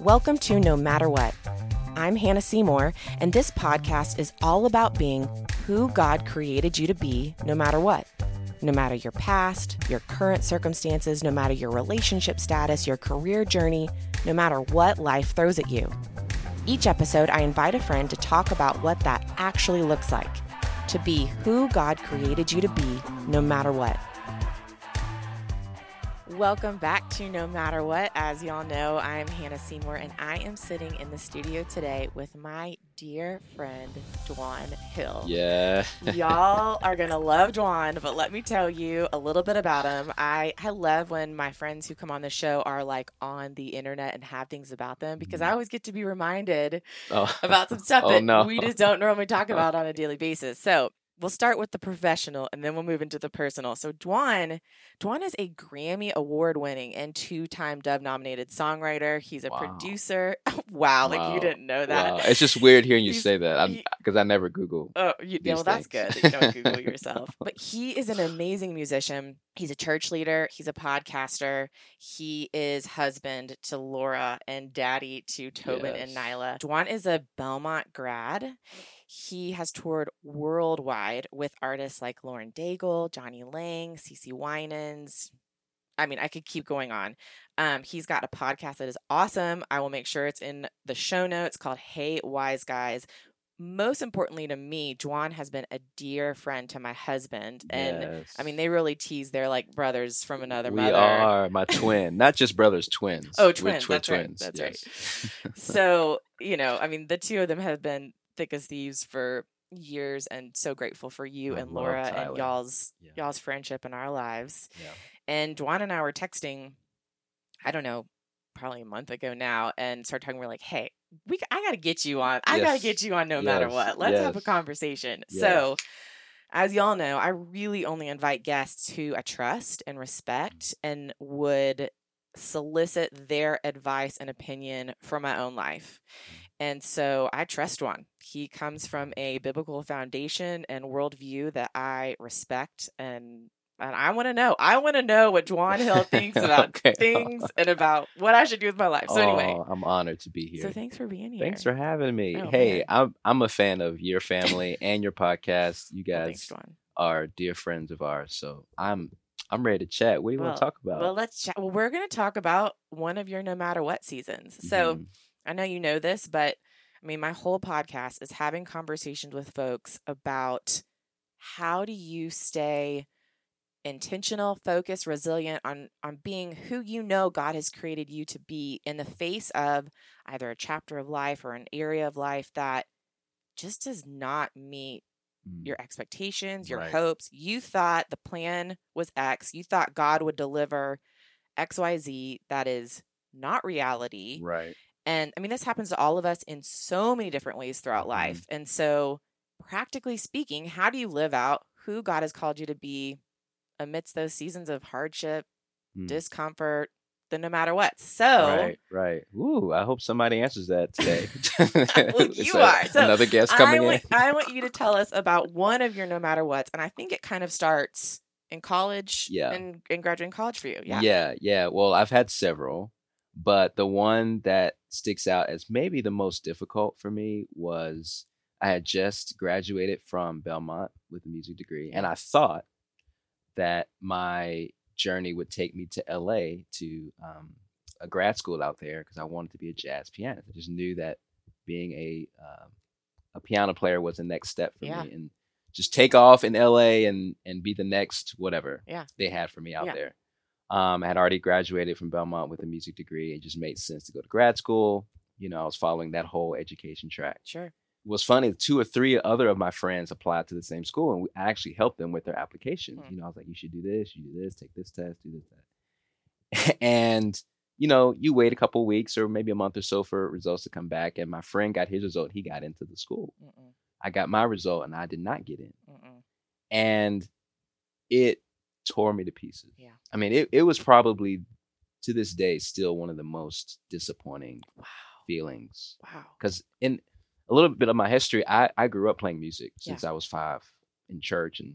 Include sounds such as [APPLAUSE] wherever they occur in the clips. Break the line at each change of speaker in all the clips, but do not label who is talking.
Welcome to No Matter What. I'm Hannah Seymour, and this podcast is all about being who God created you to be, no matter what. No matter your past, your current circumstances, no matter your relationship status, your career journey, no matter what life throws at you. Each episode, I invite a friend to talk about what that actually looks like to be who God created you to be, no matter what. Welcome back to No Matter What. As y'all know, I'm Hannah Seymour and I am sitting in the studio today with my dear friend, Dwan Hill.
Yeah. [LAUGHS]
y'all are gonna love Dwan, but let me tell you a little bit about him. I I love when my friends who come on the show are like on the internet and have things about them because I always get to be reminded
Oh.
[LAUGHS] [LAUGHS] about some stuff
Oh,
that
no.
we just don't normally
[LAUGHS]
talk about on a daily basis. So we'll start with the professional and then we'll move into the personal. So Dwan, Dwan is a Grammy award winning and two time Dove nominated songwriter. He's a
Wow.
producer. [LAUGHS] wow, like
Wow.
you didn't know that.
Oh, Wow. It's just weird hearing you
He's-
say that
he-
because I never Google.
Oh, you, yeah,
these
well, that's good.
things.
That you don't
[LAUGHS]
Google yourself. But he is an amazing musician. He's a church leader. He's a podcaster. He is husband to Laura and daddy to Tobin and
Yes.
Nyla. Dwan is a Belmont grad. He has toured worldwide with artists like Lauren Daigle, Johnny Lang, CeCe Winans. I mean, I could keep going on. Um, he's got a podcast that is awesome. I will make sure it's in the show notes called Hey Wise Guys most importantly to me, Juan has been a dear friend to my husband. And I mean, they really tease they're like brothers from another
we
mother.
are
[LAUGHS]
[LAUGHS] my twin, not just brothers, twins.
Oh,
We're
twins,
twin
that's right, that's right.
yes.
so, you know, I mean, the two of them have been thick as thieves for years and so grateful for you
I
and
love
Laura and
Tyler.
y'all's [LAUGHS]
[LAUGHS] Yeah.
y'all's friendship in our lives.
Yeah.
And Juan and I were texting, I don't know, probably a month ago now, and started talking. We're like, hey, we I gotta get you on. I gotta
Yes.
get you on no matter
Yes.
what. Let's have a
Yes.
conversation.
Yes.
So as y'all know, I really only invite guests who I trust and respect and would solicit their advice and opinion for my own life.
Mm.
And so I trust one. He comes from a biblical foundation and worldview that I respect and and I want to know. I want to know what Juan
[LAUGHS]
Hill thinks about
Okay.
things and about what I should do with my life. So anyway,
Oh, I'm honored to be here.
so thanks for being here.
Thanks for having me.
Oh,
hey,
man.
I'm I'm a fan of your family and your podcast. You
Well, thanks,
guys
Juan.
are dear friends of ours, so I'm I'm ready to chat. What do you want
Well-
to talk about?
Well, let's chat. Well, we're going to talk about one of your no matter what seasons. So
Mhm.
I know you know this, but I mean, my whole podcast is having conversations with folks about how do you stay intentional, focused, resilient on on being who you know God has created you to be in the face of either a chapter of life or an area of life that just does not meet
Mm.
your expectations, your
Right.
hopes. You thought the plan was X. You thought God would deliver XYZ. That is not reality.
right.
And I mean, this happens to all of us in so many different ways throughout
Mhm.
life. And so, practically speaking, how do you live out who God has called you to be amidst those seasons of hardship,
Mm.
discomfort, the no matter what? So,
Right, right. Ooh, I hope somebody answers that
[LAUGHS]
today.
Well,
[LAUGHS] It's
you
a-
are. So,
another guest
I
coming
want,
in.
I want you
[LAUGHS]
to tell us about one of your no matter what's. And I think it kind of starts in college
Yeah.
and, and graduating college for you. Yeah.
Yeah. yeah, Well, I've had several, but the one that sticks out as maybe the most difficult for me was I had just graduated from Belmont with a music degree, and I thought that my journey would take me to LA to um, a grad school out there because I wanted to be a jazz pianist. I just knew that being a um a piano player was the next step for
Yeah.
me, and just take off in LA and and be the next whatever
Yeah.
they had for me out
Yeah.
there. Um, I had already graduated from Belmont with a music degree. It just made sense to go to grad school. You know, I was following that whole education track.
Sure.
It was funny, two or three other of my friends applied to the same school, and we I actually helped them with their applications.
Hmm.
You know, I was like, you should do this, you do this, take this test, do this, that. [LAUGHS] and, you know, you wait a couple weeks or maybe a month or so for results to come back. And my friend got his result. He got into the school.
Mm-mm,
I got my result, and I did not get in
mm-mm.
and it tore me to pieces.
Yeah.
I mean, it, it was probably to this day still one of the most disappointing
Wow.
feelings.
Wow.
Because in a little bit of my history, I, I grew up playing music
Yeah.
since I was five in church. And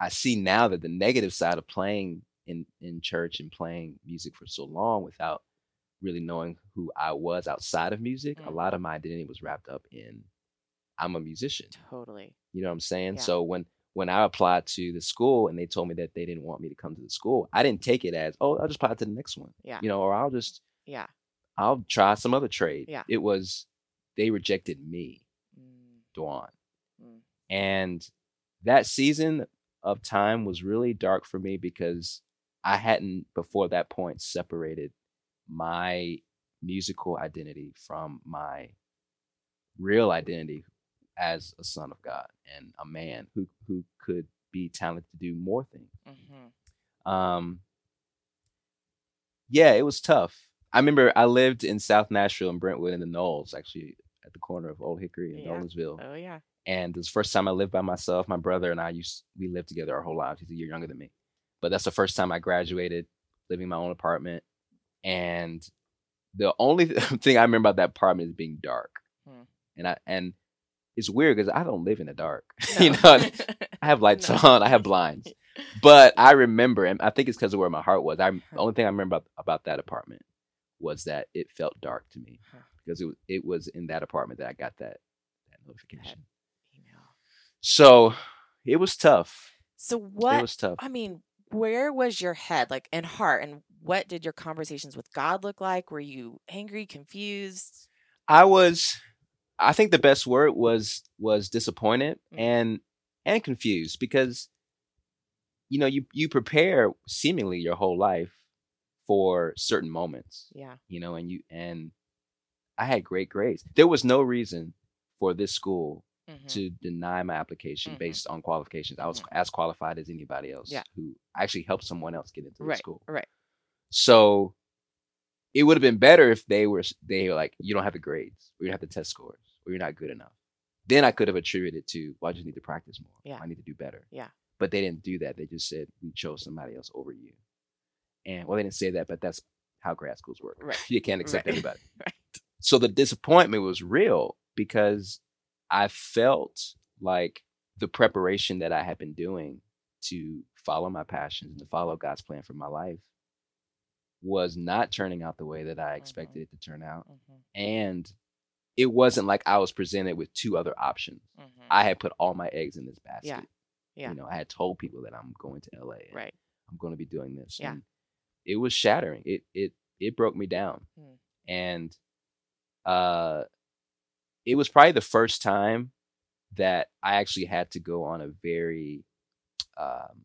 I see now that the negative side of playing in, in church and playing music for so long without really knowing who I was outside of music, a
Mm.
lot of my identity was wrapped up in I'm a musician.
Totally.
You know what I'm saying?
Yeah.
So when when I applied to the school and they told me that they didn't want me to come to the school, I didn't take it as, oh, I'll just apply to the next one.
Yeah.
You know, or I'll just
Yeah.
I'll try some other trade.
Yeah.
It was they rejected me,
Mm,
Dwan.
Mm.
And that season of time was really dark for me because I hadn't before that point separated my musical identity from my real identity as a son of God and a man who who could be talented to do more things
mhm.
um yeah it was tough i remember i lived in south nashville and brentwood in the knolls actually at the corner of old hickory and
Yeah.
nolensville
Oh yeah.
and this first time i lived by myself my brother and i used we lived together our whole lives he's a year younger than me but that's the first time i graduated living in my own apartment and the only [LAUGHS] thing i remember about that apartment is being dark
Hmm.
and i and it's weird because i don't live in the dark [LAUGHS] [LAUGHS]
[LAUGHS]
you know I have lights
No.
on. I have blinds. But I remember, and I think it's because of where my heart was. I the
Huh.
only thing I remember about, about that apartment was that it felt dark to me
Huh.
because it was it was in that apartment that I got that that notification.
Email.
So it was tough.
So what
It was tough.
I mean, where was your head, like, and heart, and what did your conversations with God look like? Were you angry, confused?
I was. I think the best word was was disappointed
Mhm.
and and confused because you know you you prepare seemingly your whole life for certain moments
Yeah.
you know, and you and I had great grades. There was no reason for this school
Mhm.
to deny my application
Mhm.
based on qualifications. I was
Mhm.
as qualified as anybody else
Yeah.
who actually helped someone else get into the
Right,
school.
right.
So it would have been better if they were s- they were like, you don't have the grades, or you don't have the test scores, or you're not good enough. Then I could have attributed to, well, I just need to practice more.
Yeah.
I need to do better.
Yeah.
But they didn't do that. They just said we chose somebody else over you. And well, they didn't say that, but that's how grad schools work.
Right.
you can't accept
Right.
everybody.
[LAUGHS] Right.
So the disappointment was real because I felt like the preparation that I had been doing to follow my passions and to follow God's plan for my life was not turning out the way that
Mm-hmm.
I expected it to turn out.
Mhm.
And it wasn't like I was presented with two other options.
Mhm.
I had put all my eggs in this basket.
Yeah. Yeah.
You know, I had told people that I'm going to LA. and
Right.
I'm going to be doing this.
Yeah.
And it was shattering. It it it broke me down.
Mm.
And uh it was probably the first time that I actually had to go on a very um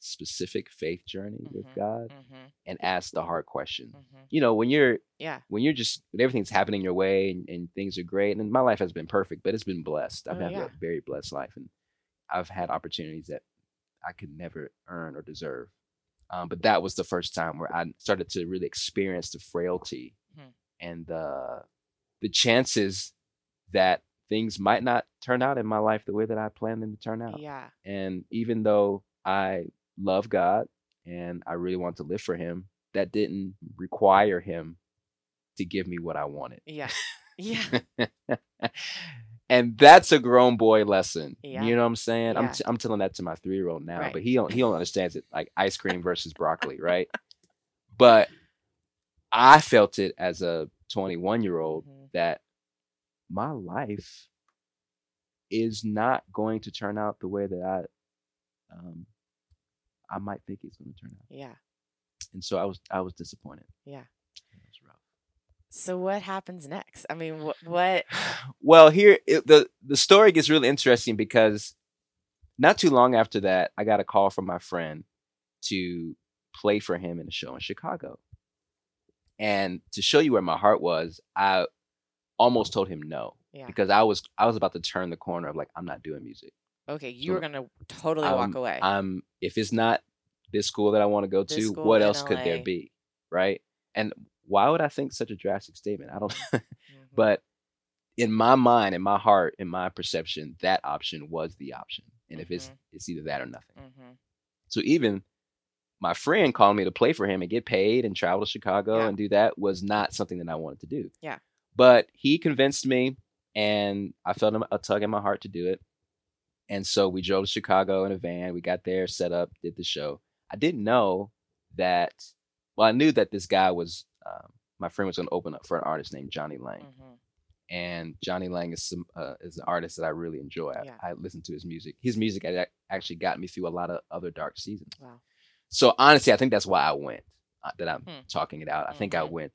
specific faith journey with
Mhm.
God
Mhm.
and ask the hard questions.
Mhm.
You know, when you're
Yeah.
when you're just when everything's happening your way and, and things are great and my life has been perfect, but it's been blessed. I've
Oh,
had
yeah.
a very blessed life and I've had opportunities that I could never earn or deserve. Um, but that was the first time where I started to really experience the frailty
Mhm.
and the the chances that things might not turn out in my life the way that I planned them to turn out.
Yeah.
And even though I love God and I really want to live for Him, that didn't require Him to give me what I wanted. [LAUGHS]
Yeah. Yeah.
and that's a grown boy lesson.
Yeah.
You know what I'm saying? I'm,
Yeah.
t- I'm telling that to my three year old now,
Right.
but he don't he don't understands it like ice cream versus broccoli, right? But I felt it as a 21 year old
Mhm.
that my life is not going to turn out the way that I um, I might think it's going to turn out.
Yeah.
And so I was I was disappointed.
Yeah.
It was rough.
So what happens next? I mean, what? what
Well, here it, the the story gets really interesting because not too long after that, I got a call from my friend to play for him in a show in Chicago. And to show you where my heart was, I almost told him no
yeah.
because I was I was about to turn the corner of like I'm not doing music.
Okay. You were gonna totally
I'm-
walk away.
I'm if it's not this school that I want to go
This
to,
school
what
in
else could there
LA.
be, right? And why would I think such a drastic statement? I don't. [LAUGHS]
Mhm.
but in my mind, in my heart, in my perception, that option was the option. And if it's
Mm-hmm.
it's either that or nothing.
Mhm.
So even my friend calling me to play for him and get paid and travel to Chicago
Yeah.
and do that was not something that I wanted to do.
Yeah.
But he convinced me and I felt a- a tug in my heart to do it. And so we drove to Chicago in a van. We got there, set up, did the show. I didn't know that, well, I knew that this guy was um, my friend was going to open up for an artist named Johnny Lang.
Mhm.
and Johnny Lang is some uh, is an artist that I really enjoy. I-
Yeah.
I, listen to his music. His music had ac- actually got me through a lot of other dark seasons.
Wow.
So honestly, I think that's why I went. Uh, that I'm
Hmm.
talking it out. I think I
Mhm.
went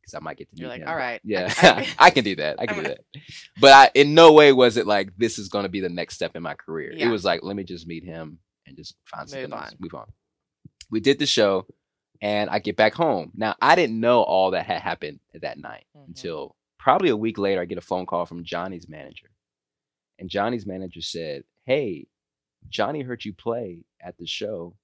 because I might get to.
You're
meet
like,
him.
all right. I-
Yeah, [LAUGHS]
I-
I, can do that.
[LAUGHS]
I can do that. But I, in no way was it like this is going to be the next step in my career.
Yeah.
It was like let me just meet him and just find something
Move
else.
on.
Move on. We did the show, and I get back home. Now I didn't know all that had happened that night
Mhm.
until probably a week later. I get a phone call from Johnny's manager, and Johnny's manager said, "Hey, Johnny heard you play at the show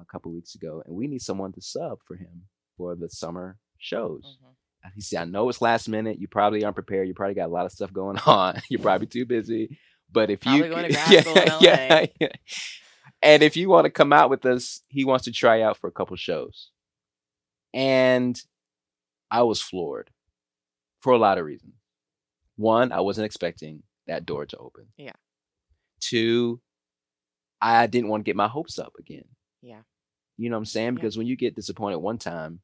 a couple weeks ago, and we need someone to sub for him for the summer shows."
Mhm.
And He said, I know it's last minute. You probably aren't prepared. You probably got a lot of stuff going [LAUGHS] on. You're probably too busy. But if
Probably
you
going to
[LAUGHS] could-
grad school in LA.
yeah. And if you want to come out with us, he wants to try out for a couple shows. And I was floored for a lot of reasons. One, I wasn't expecting that door to open.
Yeah.
Two, I didn't want to get my hopes up again.
Yeah.
You know what I'm saying?
Yeah.
Because when you get disappointed one time,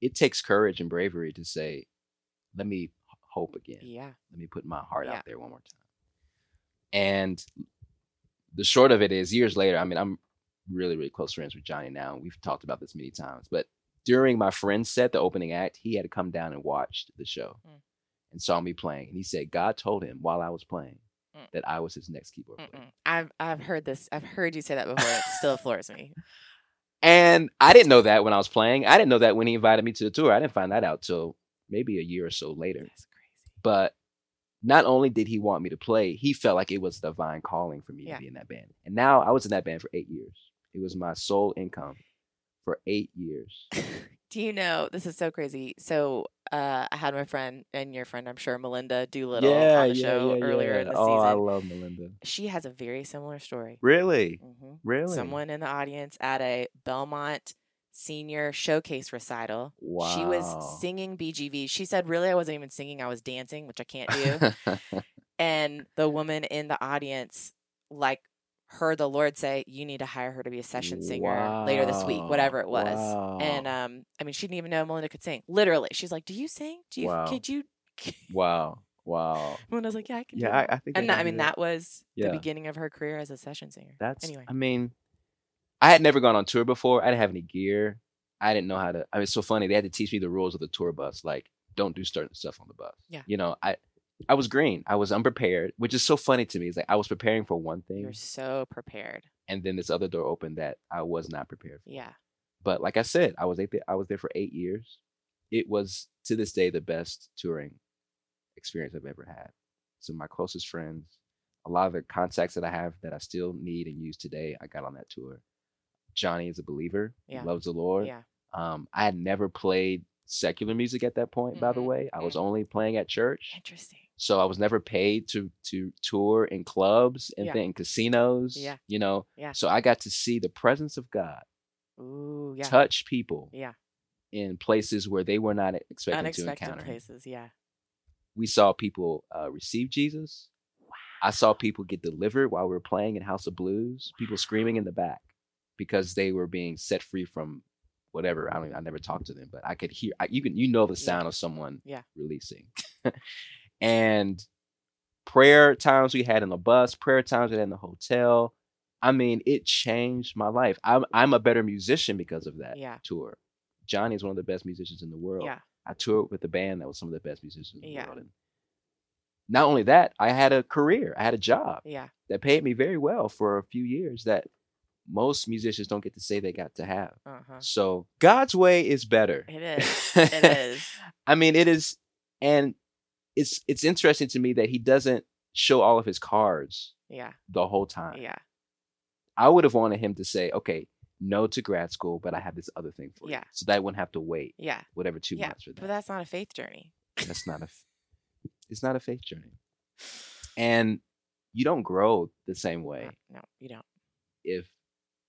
it takes courage and bravery to say, let me h- hope again.
Yeah.
Let me put my heart
Yeah.
out there one more time. And the short of it is, years later, I mean, I'm really, really close friends with Johnny now. and We've talked about this many times, but during my friend's set, the opening act, he had to come down and watched the show
Mm.
and saw me playing. And he said, God told him while I was playing
Mm.
that I was his next keyboard player.
Mm-mm. I've I've heard this. I've heard you say that before. and It still floors me.
And I didn't know that when I was playing. I didn't know that when he invited me to the tour. I didn't find that out till maybe a year or so later.
That's crazy.
But not only did he want me to play, he felt like it was divine calling for me
Yeah.
to be in that band. And now I was in that band for eight years. It was my sole income for eight years.
Do you know this is so crazy? So uh, I had my friend and your friend, I'm sure, Melinda Doolittle on the show earlier in the
oh, I
season.
love Melinda.
She has a very similar story.
Really?
hmm
Really?
Someone in the audience at a Belmont senior showcase recital.
Wow.
She was singing BGV. She said, "Really, I wasn't even singing. I was dancing, which I can't do." and the woman in the audience like heard the lord say you need to hire her to be a session singer later this week
Wow,
whatever it was and
wow.
um i mean she didn't even know melinda could sing literally she's like do you sing do you
Wow.
could you
[LAUGHS] wow. Wow.
melinda was like yeah i can do
Yeah, I,
that."
I think
and that, i
can do
mean that was
Yeah.
the beginning of her career as a session singer
That's
anyway
I mean, I had never gone on tour before. I didn't have any gear. I didn't know how to. I mean, it's so funny. They had to teach me the rules of the tour bus. Like, don't do certain stuff on the bus.
Yeah.
You know, I I was green. I was unprepared, which is so funny to me. It's like I was preparing for one
you're
thing,
so prepared
and then this other door opened that I was not prepared for.
yeah
But like I said, I was eight, I was there for eight years. It was to this day the best touring experience I've ever had. So my closest friends, a lot of the contacts that I have that I still need and use today, I got on that tour. Johnny is a believer. He
Yeah.
loves the Lord.
yeah
Um, I had never played secular music at that point, by the
Mhm,
way. I was only playing at church.
interesting
So I was never paid to to tour in clubs and
Yeah.
then casinos.
Yeah.
You know.
Yeah.
So I got to see the presence of God
ooh yeah
touch people
Yeah.
in places where they were not expecting to
unexpected
encounter. him.
places yeah
We saw people uh, receive Jesus. I saw people get delivered while we were playing in House of Blues. People screaming in the back because they were being set free from whatever. I don't. I never talked to them, but I could hear. I, you can. You know the
Yeah.
sound of someone
Yeah.
releasing. [LAUGHS] and prayer times we had in the bus. Prayer times we had in the hotel. I mean, it changed my life. I'm I'm a better musician because of that
yeah
tour. Johnny is one of the best musicians in the world.
yeah
I toured with a band that was some of the best musicians in
Yeah.
the world. And not only that, I had a career, I had a job
yeah
that paid me very well for a few years that most musicians don't get to say they got to have. [LAUGHS]
uh-huh
So God's way is better. [LAUGHS]
it is it is
I mean, it is, and it's it's interesting to me that he doesn't show all of his cards
yeah
the whole time.
yeah
I would have wanted him to say, okay, no to grad school, but I have this other thing for you.
Yeah.
So that I wouldn't have to wait
yeah
whatever two
Yeah,
months for that.
but that's not a faith journey
That's not a. f- It's not a faith journey, and you don't grow the same way
Uh, no you don't
if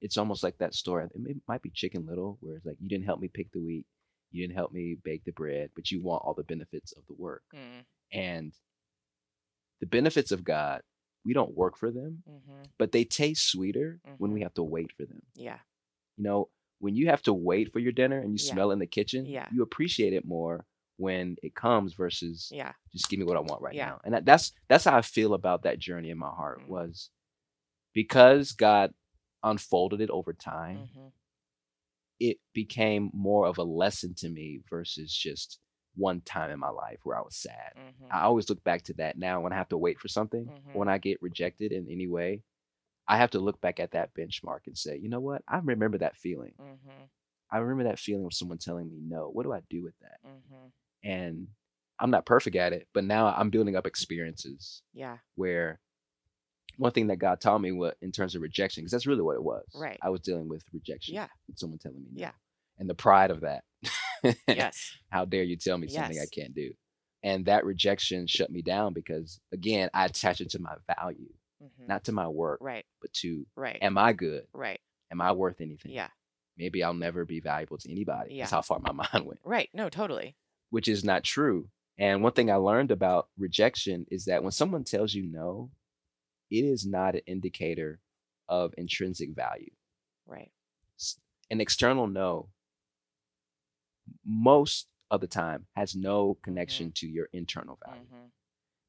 it's almost like that story. It, may, might be Chicken Little, where it's like you didn't help me pick the wheat, you didn't help me bake the bread, but you want all the benefits of the work
mm-hmm.
and the benefits of God. We don't
Mm-hmm.
work for them, but they taste sweeter when we have to wait for them.
yeah
You know, when you have to wait for your dinner and you
Yeah.
smell it in the kitchen,
Yeah.
you appreciate it more when it comes versus
Yeah.
just give me what I want right
Yeah.
now. And that, that's that's how I feel about that journey in my heart
Mhm.
was because God unfolded it over time,
mhm,
it became more of a lesson to me versus just one time in my life where I was sad.
mhm.
I always look back to that now when I have to wait for something,
Mhm.
when I get rejected in any way, I have to look back at that benchmark and say, you know what? I remember that feeling.
Mhm,
I remember that feeling of someone telling me no. What do I do with that?
mhm.
And I'm not perfect at it, but now I'm building up experiences
Yeah.
where one thing that God taught me was in terms of rejection, because that's really what it was.
Right.
I was dealing with rejection. [LAUGHS]
Yeah.
and someone telling me no.
Yeah.
And the pride of that.
Yes.
[LAUGHS] How dare you tell me something
Yes.
I can't do? And that rejection shut me down because again, I attach it to my value,
mhm.
not to my work,
Right.
but to
Right.
am I good?
Right.
Am I worth anything?
Yeah.
Maybe I'll never be valuable to anybody. That's
Yeah.
how far my [LAUGHS] mind went,
Right. No, totally.
which is not true. And one thing I learned about rejection is that when someone tells you no, it is not an indicator of intrinsic value.
Right.
An external no, most of the time, has no connection to your internal value.
Mhm.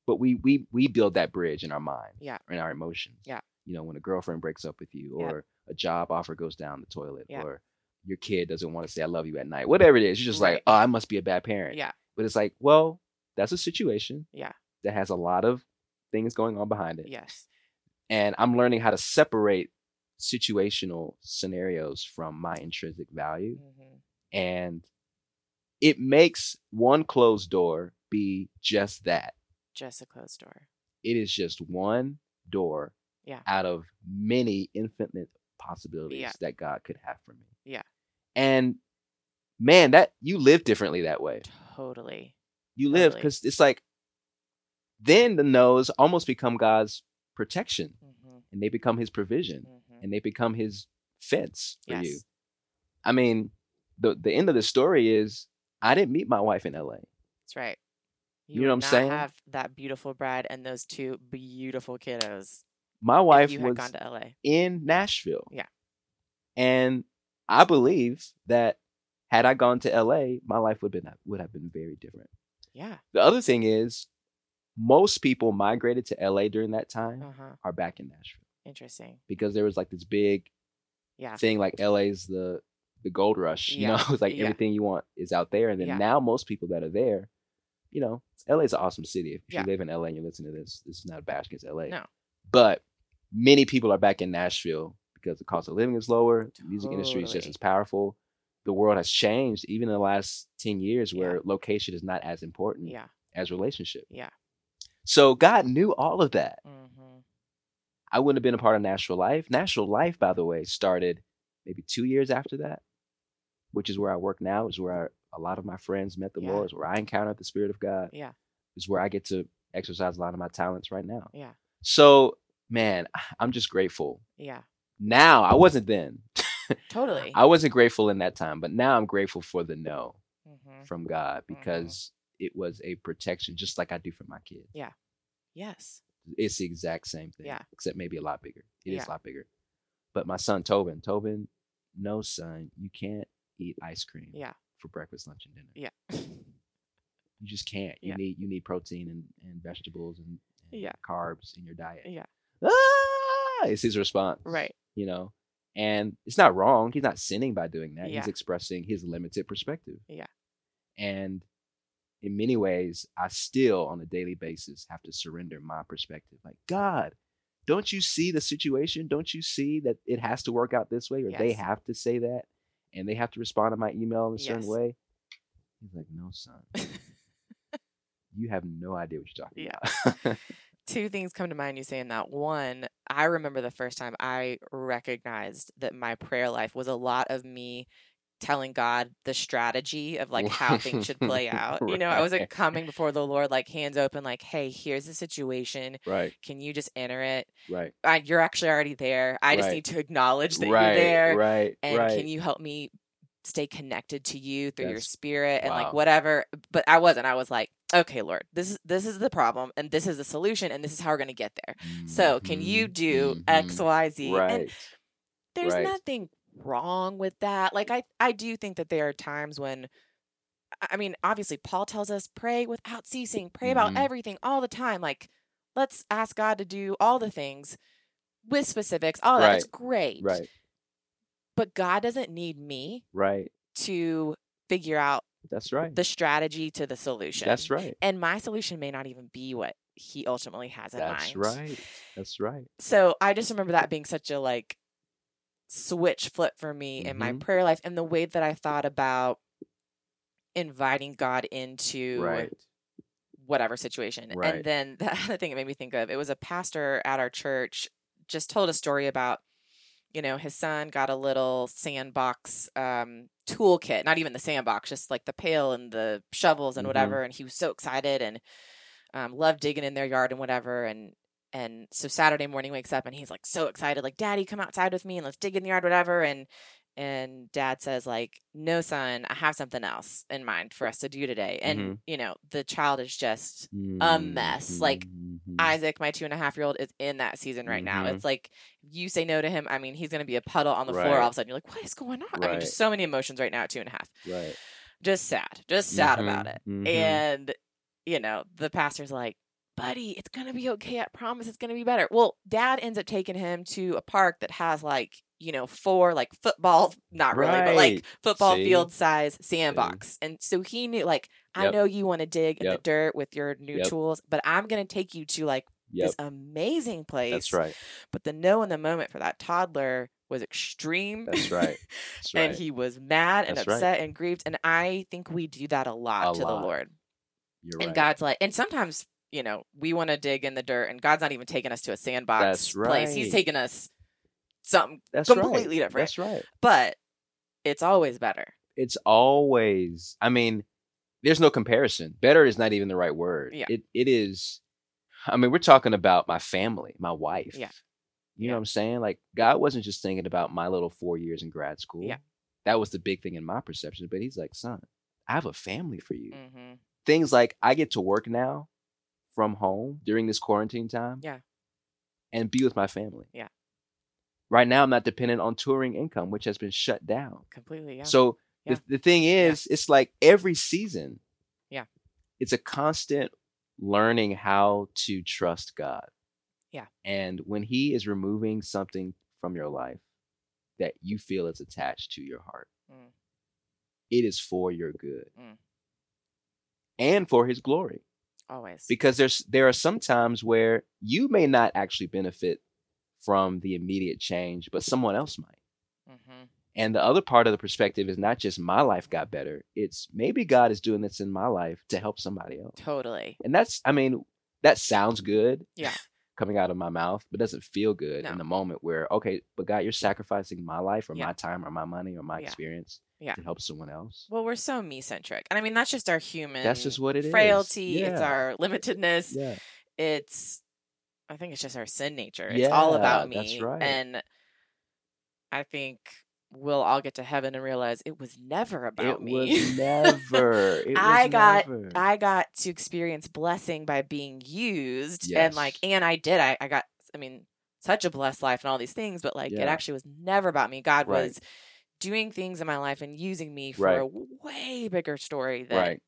but we we we build that bridge in our mind
Yeah.
or in our emotions
Yeah.
you know when a girlfriend breaks up with you
Yep.
or a job offer goes down the toilet
Yeah.
or your kid doesn't want to say i love you at night whatever it is you're just
Right.
like oh i must be a bad parent
Yeah.
but it's like well that's a situation
Yeah.
that has a lot of things going on behind it
Yes.
and i'm learning how to separate situational scenarios from my intrinsic value
Mhm.
and it makes one closed door be just that
Just a closed door.
it is just one door
Yeah.
out of many infinite possibilities that God could have for me.
Yeah.
And man, that you live differently that way.
Totally.
You live
Totally.
because it's like then the no's almost become God's protection
Mhm,
and they become his provision
mhm.
and they become his fence for you.
Yes.
I mean, the the end of the story is I didn't meet my wife in LA.
That's right.
You know
would
what I'm
not
saying?
Have that beautiful bride and those two beautiful kiddos.
My
If
wife
you had
was
gone to LA.
in Nashville.
Yeah.
And I believe that had I gone to LA, my life would have been would have been very different.
Yeah.
The other thing is most people migrated to LA during that time
Uh huh.
are back in Nashville
Interesting.
because there was like this big
Yeah.
thing like LA's the the gold rush, you
Yeah,
[LAUGHS] know, it's like
yeah.
everything you want is out there and then
Yeah.
now most people that are there, you know, LA's an awesome city. If
Yeah.
you live in LA and you listen to this, this is not a bash against LA.
No.
But many people are back in Nashville because the cost of living is lower. The music industry is just
Totally.
as powerful. The world has changed, even in the last 10 years,
Yeah.
where location is not as important
Yeah.
as relationship.
Yeah.
So God knew all of that.
Mhm.
I wouldn't have been a part of Nashville Life. Nashville Life, by the way, started maybe two years after that, which is where I work now, is where I, a lot of my friends met the
Yeah.
Lord, is where I encountered the Spirit of God.
Yeah.
Is where I get to exercise a lot of my talents right now.
Yeah.
So, man, [SIGHS] I'm just grateful.
Yeah.
Now, I wasn't then.
Totally.
I wasn't grateful in that time, but now I'm grateful for the no
Mhm.
from God because it was a protection, just like I do for my kids.
Yes.
It's the exact same thing,
Yeah.
except maybe a lot bigger. It is
Yeah.
a lot bigger. But my son Tobin, Tobin, no son, you can't eat ice cream
Yeah.
for breakfast, lunch, and dinner.
Yeah.
You just can't. You
Yeah.
need you need protein and, and vegetables and, and
Yeah.
carbs in your diet.
Yeah.
Ah! It's his response.
Right.
You know? And it's not wrong. He's not sinning by doing that.
Yeah.
He's expressing his limited perspective.
Yeah.
And in many ways, I still on a daily basis have to surrender my perspective. Like, God, don't you see the situation? Don't you see that it has to work out this way or they
Yes.
have to say that and they have to respond to my email in a certain
Yes.
way? He's like, no, son.
[LAUGHS]
You have no idea what you're talking
Yeah.
about. [LAUGHS]
Two things come to mind you saying that. One, I remember the first time I recognized that my prayer life was a lot of me telling God the strategy of like how things
[LAUGHS]
should play out. You know, I wasn't
Right.
coming before the Lord like hands open, like, hey, here's the situation.
right,
Can you just enter it?
right,
I, you're actually already there. I just
Right.
need to acknowledge that
right,
you're there.
right,
and
right.
can you help me stay connected to you through your
That's-
spirit and like
wow.
whatever but i wasn't i was like okay lord this is this is the problem and this is the solution and this is how we're going to get there so can you
Mhm,
do
mhm.
xyz
Right,
and there's
right.
nothing wrong with that. Like I I do think that there are times when I- I mean, obviously Paul tells us pray without ceasing, pray about
Mhm.
everything all the time. Like let's ask God to do all the things with specifics. All that is
Right.
great.
Right.
But God doesn't need me
Right.
to figure out
That's right.
the strategy to the solution.
That's right.
And my solution may not even be what he ultimately has in
That's
mind.
right. That's right.
so I just remember that being such a like switch flip for me in my
Mhm.
prayer life and the way that I thought about inviting God into
Right.
whatever situation.
Right.
And then [LAUGHS] the other thing it made me think of, it was a pastor at our church just told a story about, you know, his son got a little sandbox um toolkit, not even the sandbox, just like the pail and the shovels and
Mhm.
whatever. And he was so excited and um, loved digging in their yard and whatever. And and so Saturday morning wakes up and he's like so excited, like, Daddy, come outside with me and let's dig in the yard, whatever. And and dad says like no son i have something else in mind for us to do today and
Mhm.
you know the child is just a mess, like,
Mhm.
isaac my two and a half year old is in that season right now
Mhm.
it's like you say no to him i mean he's going to be a puddle on the floor
Right.
all of a sudden you're like what is going on i mean
Right.
just so many emotions right now at two and a half
right.
just sad just sad about
Mhm.
it
Mhm.
and you know the pastor's like buddy it's going to be okay i promise it's going to be better well dad ends up taking him to a park that has like you know four like football [LAUGHS] not really but like
Right.
football
See?
field size sandbox and so he knew like i
Yep.
know you want to dig in the
Yep.
dirt with your new
Yep.
tools but i'm going to take you to like
Yep.
this amazing place
That's right.
but the no in the moment for that toddler was extreme [LAUGHS]
That's right. That's right.
and he was mad and
That's right.
upset and grieved and i think we do that a lot
A
to
lot.
the lord
You're
and
right.
God's like, and sometimes you know we want to dig in the dirt, and God's not even taking us to a sandbox
That's
place. He's
right.
taking us something,
That's
completely
right.
different.
That's right.
but it's always better.
It's always. I mean, there's no comparison. Better is not even the right word.
Yeah.
It it is. I mean, we're talking about my family, my wife.
Yeah.
You
Yeah.
know what I'm saying? Like God wasn't just thinking about my little four years in grad school.
Yeah.
That was the big thing in my perception. But he's like, son, I have a family for you.
hmm
things like I get to work now from home during this quarantine time.
Yeah.
And be with my family.
Yeah.
Right now, I'm not dependent on touring income, which has been shut down.
Completely, yeah.
So
Yeah.
the, the thing is, it's like every season.
Yeah.
It's a constant learning how to trust God.
Yeah.
And when He is removing something from your life that you feel is attached to your heart,
Mm.
it is for your good
Mm.
and for His glory
always,
because there's there are some times where you may not actually benefit from the immediate change but someone else might
hmm
and the other part of the perspective is not just my life got better it's maybe god is doing this in my life to help somebody else
totally.
and that's i mean that sounds good
Yeah.
[LAUGHS] coming out of my mouth but doesn't feel good
No.
in the moment where okay but god you're sacrificing my life or
Yeah.
my time or my money or my
Yeah.
experience
Yeah.
to help someone else
Well, we're so me centric, and I mean that's just our human.
just what
it
it is.
is. frailty. It's
Yeah.
our limitedness.
yeah
it's I think it's just our sin nature. It's all about me.
Yeah, that's right.
And I think we'll all get to heaven and realize it was never about
it
me. [LAUGHS]
was never it was
I got-
never.
I got to experience blessing by being used and like
Yes.
and I did. I, I got I mean, such a blessed life and all these things, but like
Yeah.
it actually was never about me. God
Right.
was doing things in my life and using me for
Right.
a way bigger story that
right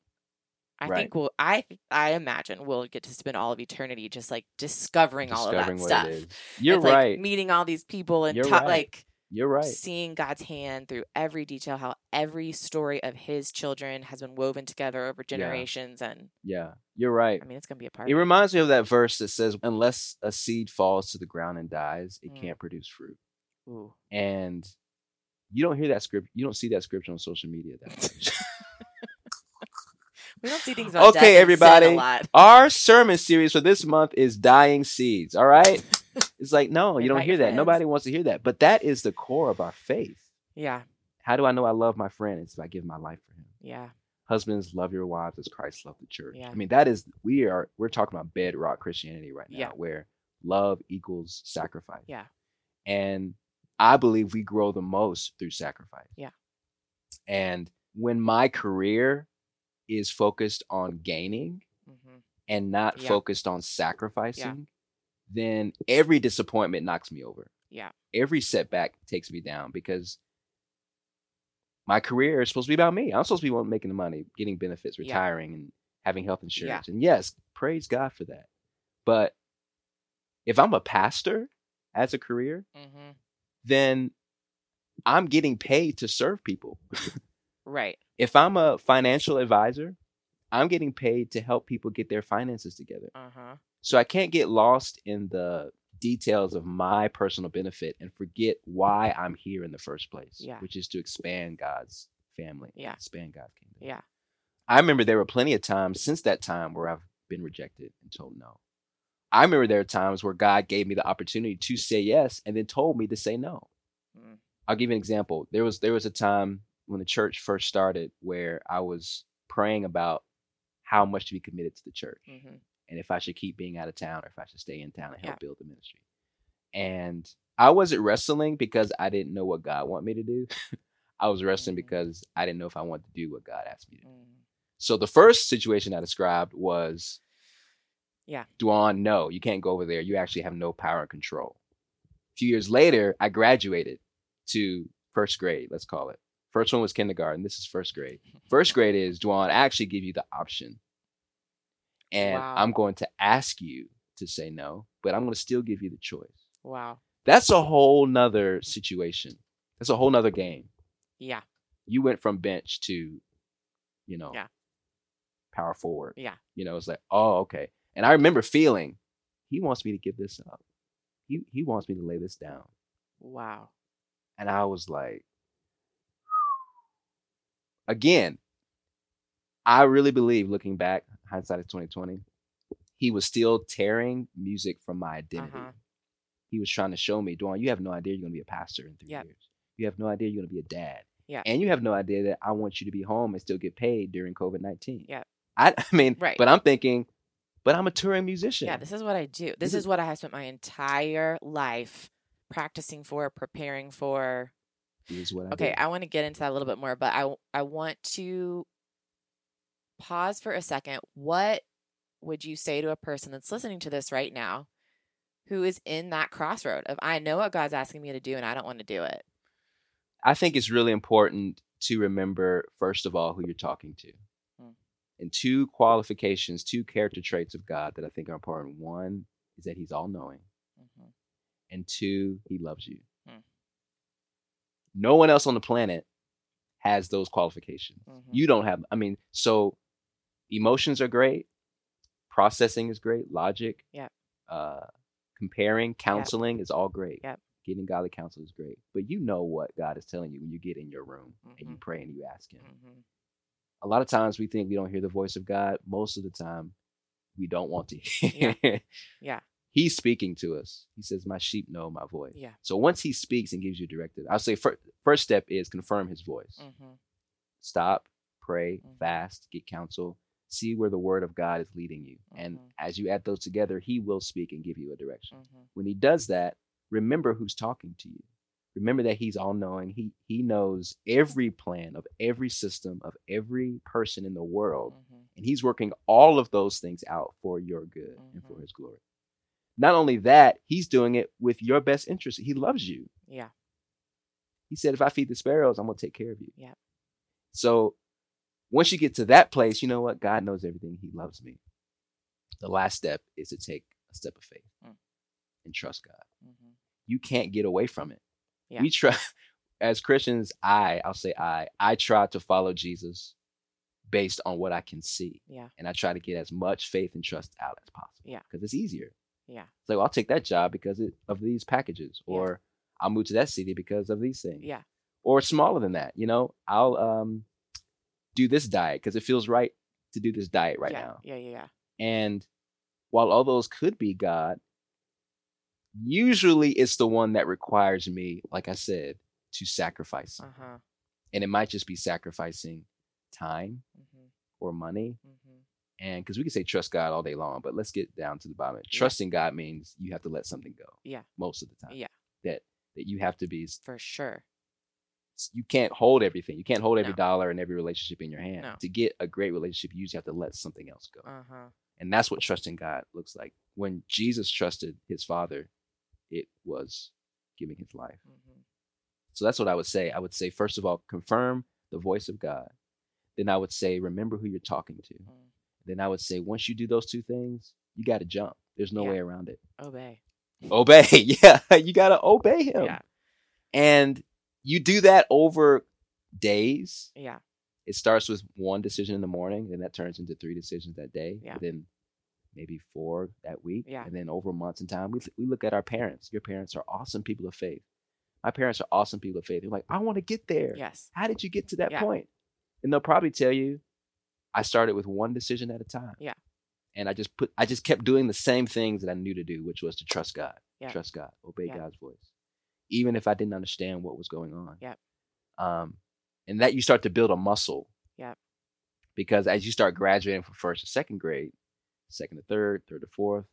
I
Right.
think we'll I th- I imagine we'll get to spend all of eternity just like discovering, all of that
what
stuff.
it is. You're
It's, like,
right.
meeting all these people and
You're
ta-
right.
like
You're right.
seeing God's hand through every detail, how every story of His children has been woven together over generations, and
Yeah, you're right.
I mean it's gonna be a part.
It reminds me of that verse that says, "Unless a seed falls to the ground and dies, it
Mm.
can't produce fruit."
Ooh.
And you don't hear that script. You don't see that scripture on social media that much.
[LAUGHS] We don't see things about
Okay,
death and sin
everybody.
a lot.
Our sermon series for this month is dying seeds.
[LAUGHS]
All right. It's like no, you don't
Invite your
hear that.
friends.
Nobody wants to hear that. But that is the core of our faith.
Yeah,
How do I know I love my friend? It's if I give my life for him.
yeah,
husbands love your wives as christ loved the church
Yeah.
i mean that is we are we're talking about bedrock christianity right now
Yeah.
where love equals sacrifice
Yeah.
and i believe we grow the most through sacrifice
Yeah.
and when my career is focused on gaining
hmm
and not
Yeah.
focused on sacrificing then every disappointment knocks me over
Yeah.
every setback takes me down because my career is supposed to be about me. I'm supposed to be one making the money, getting benefits,
Yeah.
retiring, and having health insurance. And yes, praise God for that. But if I'm a pastor as a career,
hmm
then I'm getting paid to serve people.
Right.
If I'm a financial advisor, I'm getting paid to help people get their finances together.
Uh huh.
So I can't get lost in the details of my personal benefit and forget why I'm here in the first place,
Mm-hmm. Yeah.
which is to expand God's family,
Yeah.
expand God's kingdom.
Yeah.
I remember there were plenty of times since that time where I've been rejected and told no. I remember there are times where God gave me the opportunity to say yes and then told me to say no.
Mm.
I'll give you an example. There was there was a time when the church first started where I was praying about how much to be committed to the church
hmm
and if I should keep being out of town or if I should stay in town and help
Yeah.
build the ministry. And I wasn't wrestling because I didn't know what God wanted me to do. [LAUGHS] I was wrestling
Mm.
because I didn't know if I wanted to do what God asked me to do.
mm
So the first situation I described was
Yeah.
Duan, no, you can't go over there. You actually have no power and control. A few years later, I graduated to first grade, let's call it. First one was kindergarten. This is first
[LAUGHS]
grade. First grade is Duan, I actually give you the option. And
Wow.
I'm going to ask you to say no, but I'm going to still give you the choice.
Wow.
That's a whole nother situation. That's a whole nother game
Yeah.
you went from bench to, you know,
Yeah.
power forward.
Yeah.
You know, it's like, oh, okay. And I remember feeling, he wants me to give this up. He he wants me to lay this down.
Wow.
And I was like, again, I really believe looking back, hindsight is 2020, he was still tearing music from my identity.
Uh-huh.
He was trying to show me, Dwan, you have no idea you're gonna be a pastor in three
Yep.
years. You have no idea you're gonna be a dad.
Yep.
And you have no idea that I want you to be home and still get paid during COVID nineteen.
Yep.
I, [LAUGHS] I mean,
Right.
but I'm thinking, but I'm a touring musician.
Yeah. This is what I do. This,
This
is,
is-
what I have spent my entire life practicing for, preparing for.
This is what I
Okay.
do.
I want to get into that a little bit more, but I w- I want to pause for a second. What would you say to a person that's listening to this right now? Who is in that crossroad of I know what God's asking me to do and I don't want to do it.
I think it's really important to remember, first of all, who you're talking to.
Mm.
And two qualifications, two character traits of God that I think are important. One is that he's all knowing,
Mm-hmm.
and two, he loves you.
Mm.
No one else on the planet has those qualifications.
Mhm.
You don't have, I mean, so emotions are great, processing is great, logic,
Yep.
uh, comparing, counseling is all great.
Yep.
Getting godly counsel is great. But you know what God is telling you when you get in your room and you
Mhm.
pray and you ask Him.
Mm-hmm.
A lot of times we think we don't hear the voice of God. Most of the time, we don't want to hear.
Yeah.
[LAUGHS] He's speaking to us. He says, My sheep know my voice.
Yeah.
So once he speaks and gives you directive, I'll say fir- first step is confirm his voice.
Mm-hmm.
Stop, pray,
Mhm.
fast, get counsel, see where the word of God is leading you. And
Mhm.
as you add those together, he will speak and give you a direction.
Mm-hmm.
When he does that, remember who's talking to you. Remember that he's all knowing. He he knows every plan of every system of every person in the world,
Mm-hmm.
and he's working all of those things out for your good and for
Mhm.
his glory. Not only that, he's doing it with your best interest. He loves you.
Yeah.
He said, if I feed the sparrows, I'm going to take care of you.
Yep.
So once you get to that place, you know what? God knows everything. He loves me. The last step is to take a step of faith
Mm.
and trust God.
Mm-hmm.
You can't get away from it.
Yeah.
We try, [LAUGHS] as Christians, I, I'll say I, I try to follow Jesus based on what I can see.
Yeah.
And I try to get as much faith and trust out as possible.
Yeah.
Because it's easier.
Yeah.
It's like, well, I'll take that job because it, of these packages,
Yeah.
or I'll move to that city because of these things
Yeah.
or smaller than that. You know, I'll um do this diet because it feels right to do this diet right
yeah.
now.
Yeah. Yeah. Yeah.
And while all those could be God, usually it's the one that requires me, like I said, to sacrifice.
Uh huh.
And it might just be sacrificing time
Mm-hmm.
or money.
Mm-hmm.
And because we can say trust God all day long, but let's get down to the bottom. of it.
Yeah.
Trusting God means you have to let something go.
Yeah.
Most of the time.
Yeah.
That that you have to be
For sure.
s- you can't hold everything. You can't hold every
No.
dollar and every relationship in your hand.
No.
To get a great relationship, you just have to let something else go.
Uh huh.
And that's what trusting God looks like. When Jesus trusted his father, it was giving his life.
Mm-hmm.
So that's what I would say. I would say, first of all, confirm the voice of God, then I would say, remember who you're talking to.
Mm.
Then I would say, once you do those two things, you got to jump. There's no
Yeah.
way around it.
Obey.
Obey. [LAUGHS] yeah. You got to obey him.
Yeah.
And you do that over days.
Yeah.
It starts with one decision in the morning, then that turns into three decisions that day,
Yeah.
and then maybe four that week.
Yeah.
And then over months and time, we, we look at our parents. Your parents are awesome people of faith. My parents are awesome people of faith. They're like, I want to get there.
Yes.
How did you get to that
Yeah.
point? And they'll probably tell you, I started with one decision at a time.
Yeah.
And I just put I just kept doing the same things that I knew to do, which was to trust God.
Yeah.
Trust God. Obey
Yeah.
God's voice. Even if I didn't understand what was going on.
Yep.
Um, and that you start to build a muscle.
Yep.
Because as you start graduating from first to second grade, second to third, third to fourth,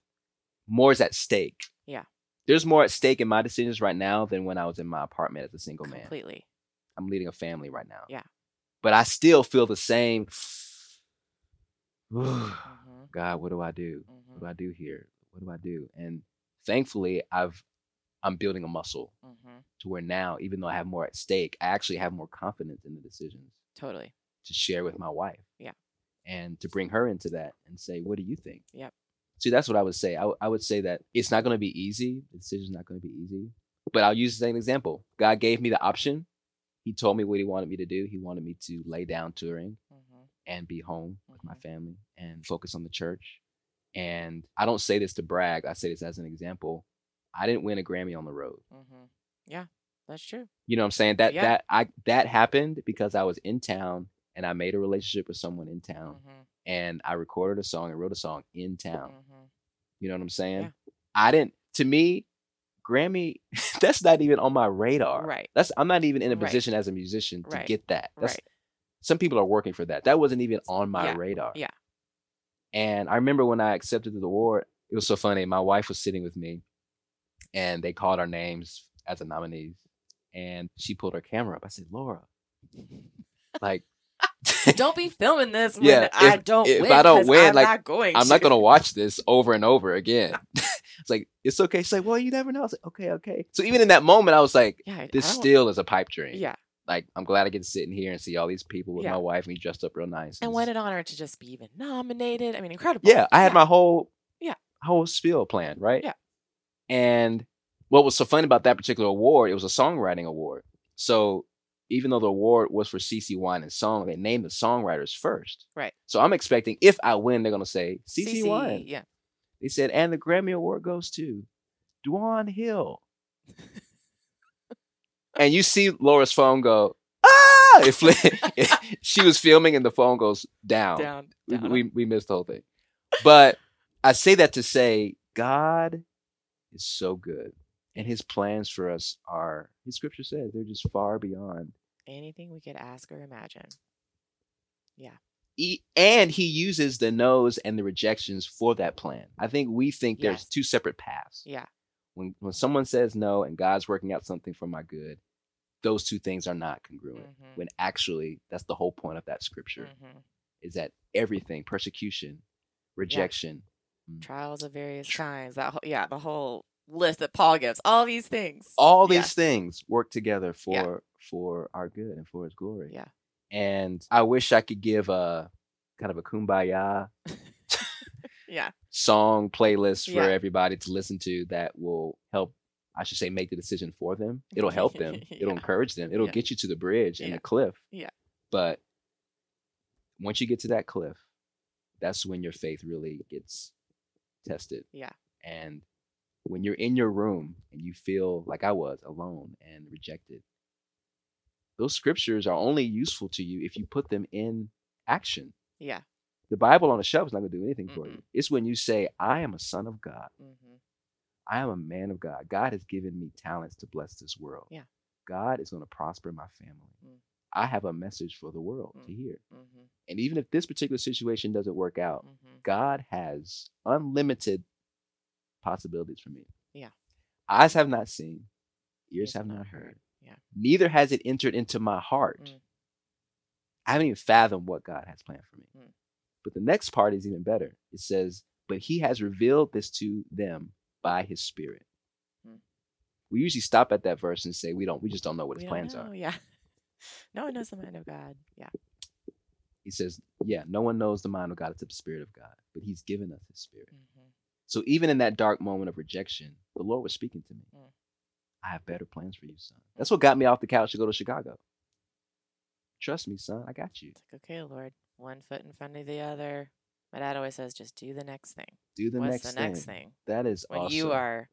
more is at stake.
Yeah.
There's more at stake in my decisions right now than when I was in my apartment as a single man. [SIGHS]
Completely.
I'm leading a family right now.
Yeah.
But I still feel the same. [SIGHS]
hmm
God, what do I do? What
hmm
do I do here? What do I do? And thankfully, I've I'm building a muscle
hmm
to where now, even though I have more at stake, I actually have more confidence in the decisions
Totally.
to share with my wife.
Yeah.
And to bring her into that and say, what do you think?
Yep.
See, that's what I would say. I, w- I would say that it's not going to be easy. The decision's not going to be easy. But I'll use the same example. God gave me the option. He told me what he wanted me to do. He wanted me to lay down touring
hmm
and be home with my
Mhm.
family and focus on the church. And I don't say this to brag. I say this as an example. I didn't win a Grammy on the road.
hmm Yeah, that's true.
You know what I'm saying? That
Yeah.
that I that happened because I was in town and I made a relationship with someone in town
Mm-hmm.
and I recorded a song and wrote a song in town.
hmm
You know what I'm saying?
Yeah.
I didn't to me Grammy [LAUGHS] that's not even on my radar.
Right.
That's I'm not even in a
Right.
position as a musician to
Right.
get that. That's
Right.
some people are working for that. That wasn't even on my
Yeah,
radar.
yeah.
And I remember when I accepted the award, it was so funny. My wife was sitting with me and they called our names as the nominees. And she pulled her camera up. I said, Laura, like,
Don't be filming this when
Yeah,
I
if-
don't
if
win.
I don't
'cause
win,
I'm
like,
not going.
I'm not
to.
going to watch this over and over again. [LAUGHS] it's like, it's okay. She's like, well, you never know. I was like, okay, okay. So even in that moment, I was like,
[LAUGHS] Yeah. I- I
this
don't-
still is a pipe
[LAUGHS]
dream.
Yeah.
Like, I'm glad I get to sit in here and see all these people with
Yeah.
my wife and we dressed up real nice.
And what an honor to just be even nominated. I mean, incredible.
Yeah, I had my whole
Yeah.
whole spiel planned, right?
Yeah.
And what was so funny about that particular award, it was a songwriting award. So even though the award was for CC Wine and song, they named the songwriters first.
Right.
So I'm expecting if I win, they're gonna say CC Wine.
Yeah.
They said, and the Grammy Award goes to Dwan Hill. and you see Laura's phone go, ah!
[LAUGHS]
It fli [LAUGHS] she was filming and the phone goes down
Down.
we,
down.
we, we missed the whole thing. But I say that to say God is so good. And his plans for us are, his scripture says, they're just far beyond.
Anything we could ask or imagine.
E- and he uses the no's and the rejections for that plan. I think we think there's
Yes.
two separate paths.
Yeah.
When, when someone says no and God's working out something for my good, those two things are not congruent.
Mhm,
When actually, that's the whole point of that scripture
mhm.
is that everything, persecution, rejection,
Trials of various
Tr-
kinds. That whole, yeah, the whole list that Paul gives. All these things.
all these
Yeah.
things work together for
Yeah.
for our good and for his glory.
Yeah.
And I wish I could give a kind of a kumbaya
Yeah.
song playlist for
Yeah.
everybody to listen to that will help I should say make the decision for them. It'll help them.
[LAUGHS]
It'll
Yeah.
encourage them. It'll
Yeah.
get you to the bridge and
Yeah.
the cliff.
Yeah.
But once you get to that cliff, that's when your faith really gets tested.
Yeah.
And when you're in your room and you feel like I was alone and rejected, those scriptures are only useful to you if you put them in action.
Yeah.
The Bible on the shelf is not going to do anything for you.
Mm-mm.
It's when you say, I am a son of God.
hmm
I am a man of God. God has given me talents to bless this world.
Yeah.
God is going to prosper my family.
Mm.
I have a message for the world to
Mm.
hear.
hmm
And even if this particular situation doesn't work out,
hmm
God has unlimited possibilities for me.
Yeah.
Eyes have not seen, ears have not heard,
Yeah.
neither has it entered into my heart.
Mm.
I haven't even fathomed what God has planned for me.
Mm.
But the next part is even better. It says, But he has revealed this to them by his spirit.
Mm.
We usually stop at that verse and say, We don't, we just don't know what
We don't
his plans
know,
are.
Yeah. [LAUGHS] No one knows the mind of God. Yeah.
He says, Yeah, no one knows the mind of God except the Spirit of God, but He's given us His Spirit.
Mm-hmm.
So even in that dark moment of rejection, the Lord was speaking to me.
Mm.
I have better plans for you, son. That's what got me off the couch to go to Chicago. Trust me, son, I got you.
It's like, okay, Lord, one foot in front of the other. My dad always says, just do the next thing.
Do the,
What's
next,
the next
thing.
thing?
That is
When
awesome.
you are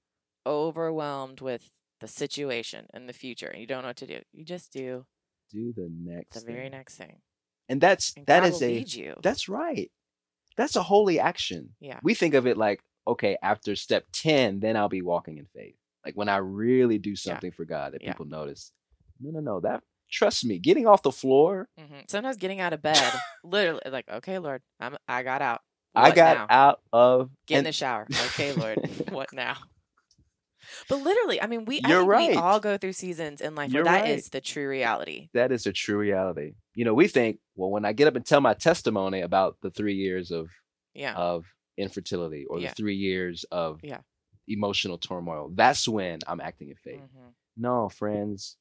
overwhelmed with the situation and the future and you don't know what to do, you just do
do the next
the very
thing.
next thing.
And that's
And
that
God
is
will
a
lead you.
that's right. That's a holy action.
yeah.
We think of it like, okay, after step 10, then I'll be walking in faith. Like when I really do something for God that
Yeah.
people notice. No, no, no. That trust me, getting off the floor,
hmm Sometimes getting out of
[LAUGHS]
bed, literally, like, okay, Lord, I'm, I got out.
I
What
got
now?
out of
Get in
and-
the shower. Okay, [LAUGHS] Lord, what now? But literally, I mean, we, I
You're
think
right.
we [LAUGHS] all go through seasons in life
You're
where that is
right.
the true reality.
that is a true reality. You know, we think, well, when I get up and tell my testimony about the three years of
Yeah.
of infertility or
Yeah.
the three years of
Yeah.
emotional turmoil, that's when I'm acting in faith.
Mhm.
No, friends,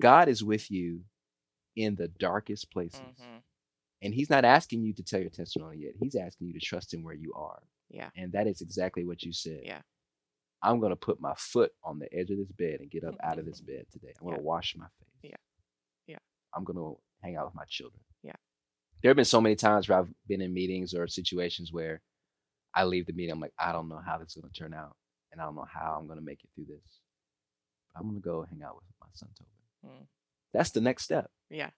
God is with you in the darkest places.
Mhm.
And He's not asking you to tell your testimony yet. He's asking you to trust Him where you are.
Yeah.
And that is exactly what you said.
Yeah.
I'm going to put my foot on the edge of this bed and get up out of
[LAUGHS]
this bed today. I'm going to
Yeah.
wash my face.
Yeah. Yeah.
I'm going to hang out with my children.
Yeah.
There have been so many times where I've been in meetings or situations where I leave the meeting. I'm like, I don't know how this is going to turn out. And I don't know how I'm going to make it through this. I'm going to go hang out with my son, Tobin.
Mm.
That's the next step.
Yeah.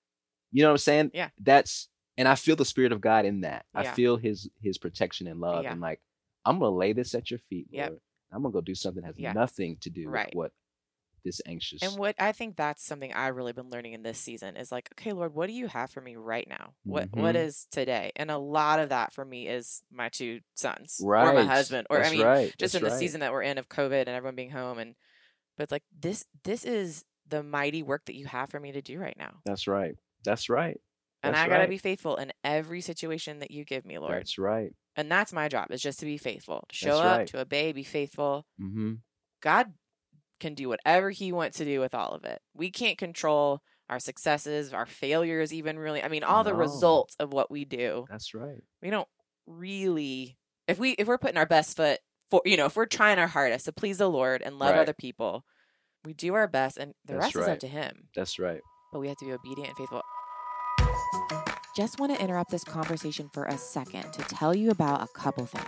You know what I'm saying?
Yeah.
That's and I feel the spirit of God in that. I
Yeah.
feel his his protection and love.
Yeah.
And like, I'm gonna lay this at your feet,
Yep.
Lord. I'm gonna go do something that has
Yeah.
nothing to do
Right.
with what this anxious
And what I think that's something I've really been learning in this season is like, okay, Lord, what do you have for me right now? What what
Mhm.
is today? And a lot of that for me is my two sons
right.
or my husband or
That's
I mean
right.
just
That's
in the
right.
season that we're in of COVID and everyone being home and but it's like this this is the mighty work that you have for me to do right now.
That's right. That's right.
And
That's
I got to
right.
be faithful in every situation that you give me, Lord.
That's right.
and that's my job is just to be faithful. To show
That's
up,
right.
to obey, be faithful.
Mm-hmm.
God can do whatever he wants to do with all of it. We can't control our successes, our failures, even really. I mean, all the
No.
results of what we do.
That's right.
We don't really if we if we're putting our best foot for you know, if we're trying our hardest to please the Lord and love
Right.
other people, we do our best and the
That's
rest is up
right.
to him
That's right.
but we have to be obedient and faithful. Just want to interrupt this conversation for a second to tell you about a couple things.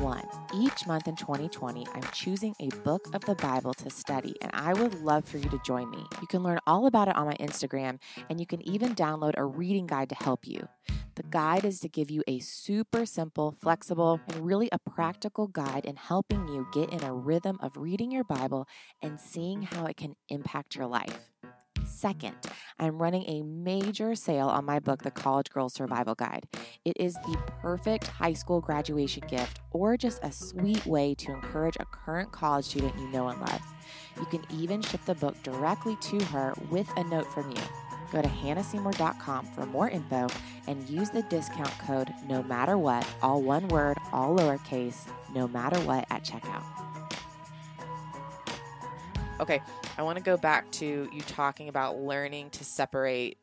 One, each month in 2020, I'm choosing a book of the Bible to study, and I would love for you to join me. You can learn all about it on my Instagram, and you can even download a reading guide to help you. The guide is to give you a super simple, flexible, and really a practical guide in helping you get in a rhythm of reading your Bible and seeing how it can impact your life. Second, I'm running a major sale on my book, The College Girl Survival Guide. It is the perfect high school graduation gift or just a sweet way to encourage a current college student you know and love. You can even ship the book directly to her with a note from you. Go to hannahseymour.com for more info and use the discount code no matter what, all one word, all lowercase, no matter what at checkout. Okay, I want to go back to you talking about learning to separate.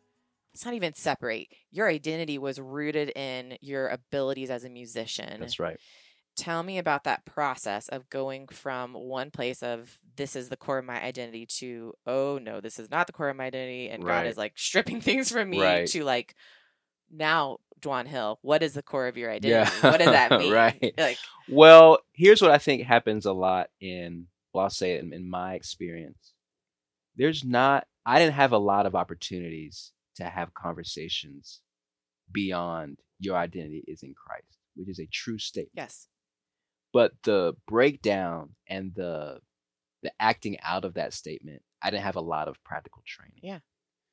It's not even separate. Your identity was rooted in your abilities as a musician.
That's right.
Tell me about that process of going from one place of this is the core of my identity to oh no, this is not the core of my identity, and God
Right.
is like stripping [LAUGHS] things from me
Right.
to like now, Dwan Hill, what is the core of your
Yeah.
identity? What does
[LAUGHS]
that mean?
Right.
Like
Well, here's what I think happens a lot in, well, I'll say it in, in my experience. There's not, I didn't have a lot of opportunities to have conversations beyond your identity is in Christ, which is a true statement.
yes,
But the breakdown and the the acting out of that statement, I didn't have a lot of practical training.
Yeah.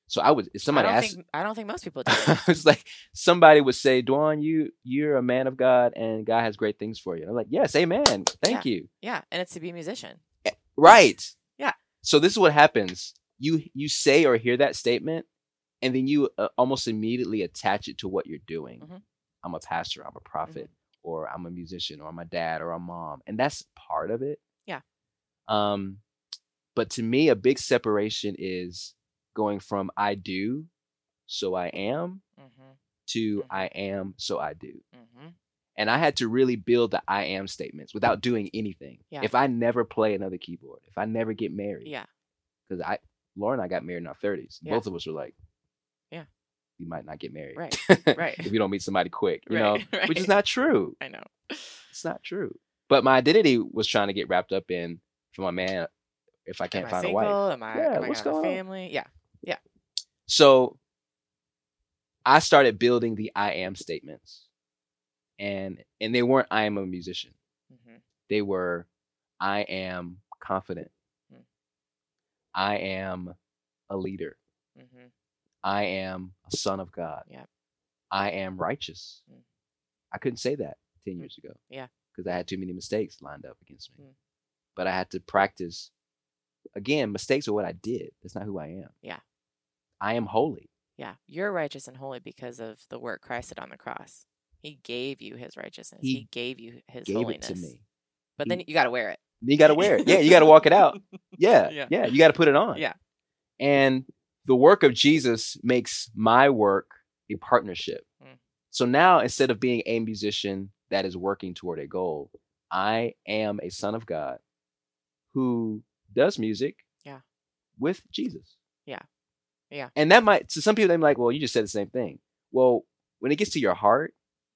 So I would if somebody
I don't
asked
think I don't think most people do.
[LAUGHS] it's like somebody would say, Dwan, you you're a man of God and God has great things for you. And I'm like, yes, amen. Thank you.
yeah, and it's to be a musician.
Right.
Yeah.
So this is what happens. You you say or hear that statement, and then you uh, almost immediately attach it to what you're doing.
Mhm.
I'm a pastor. I'm a prophet,
Mm-hmm.
or I'm a musician, or I'm a dad, or a mom, and that's part of it.
Yeah.
Um, but to me, a big separation is going from I do, so I am
Mm-hmm.
to
Mhm.
I am, so I do.
Mm-hmm.
And I had to really build the I am statements without doing anything.
Yeah.
If I never play another keyboard, if I never get married,
Yeah.
because I Laura and I got married in our thirties.
Yeah.
Both of us were like,
Yeah.
we might not get married, [LAUGHS]
Right. Right.
if you don't meet somebody quick, you know,
[LAUGHS] Right,
which is
right.
not true.
I know.
It's not true. But my identity was trying to get wrapped up in for my man. If I can't
am I
find
single?
a wife,
Am I?
Yeah,
am I
what's
got a
going on?
family? Yeah.
so I started building the I am statements, and and they weren't I am a musician.
Mm-hmm.
They were I am confident.
Mm.
I am a leader.
Mm-hmm.
I am a son of God.
Yep.
I am righteous.
Mm.
I couldn't say that 10
Mm.
years ago.
Yeah.
Because I had too many mistakes lined up against me.
Mm.
But I had to practice. Again, mistakes are what I did. That's not who I am.
Yeah.
I am holy.
Yeah. You're righteous and holy because of the work Christ did on the cross. He gave you his righteousness. He,
He
gave you his
Gave
holiness.
it to me.
But then
He-
you got to wear it.
You got to wear it. Yeah. You got to walk it out. Yeah.
[LAUGHS] Yeah.
Yeah. You got to put it on.
Yeah.
And the work of Jesus makes my work a partnership.
Mm.
So now instead of being a musician that is working toward a goal, I am a son of God who does music
Yeah.
with Jesus.
Yeah. Yeah.
And that might to some people they're like, well, you just said the same thing. Well, when it gets to your heart,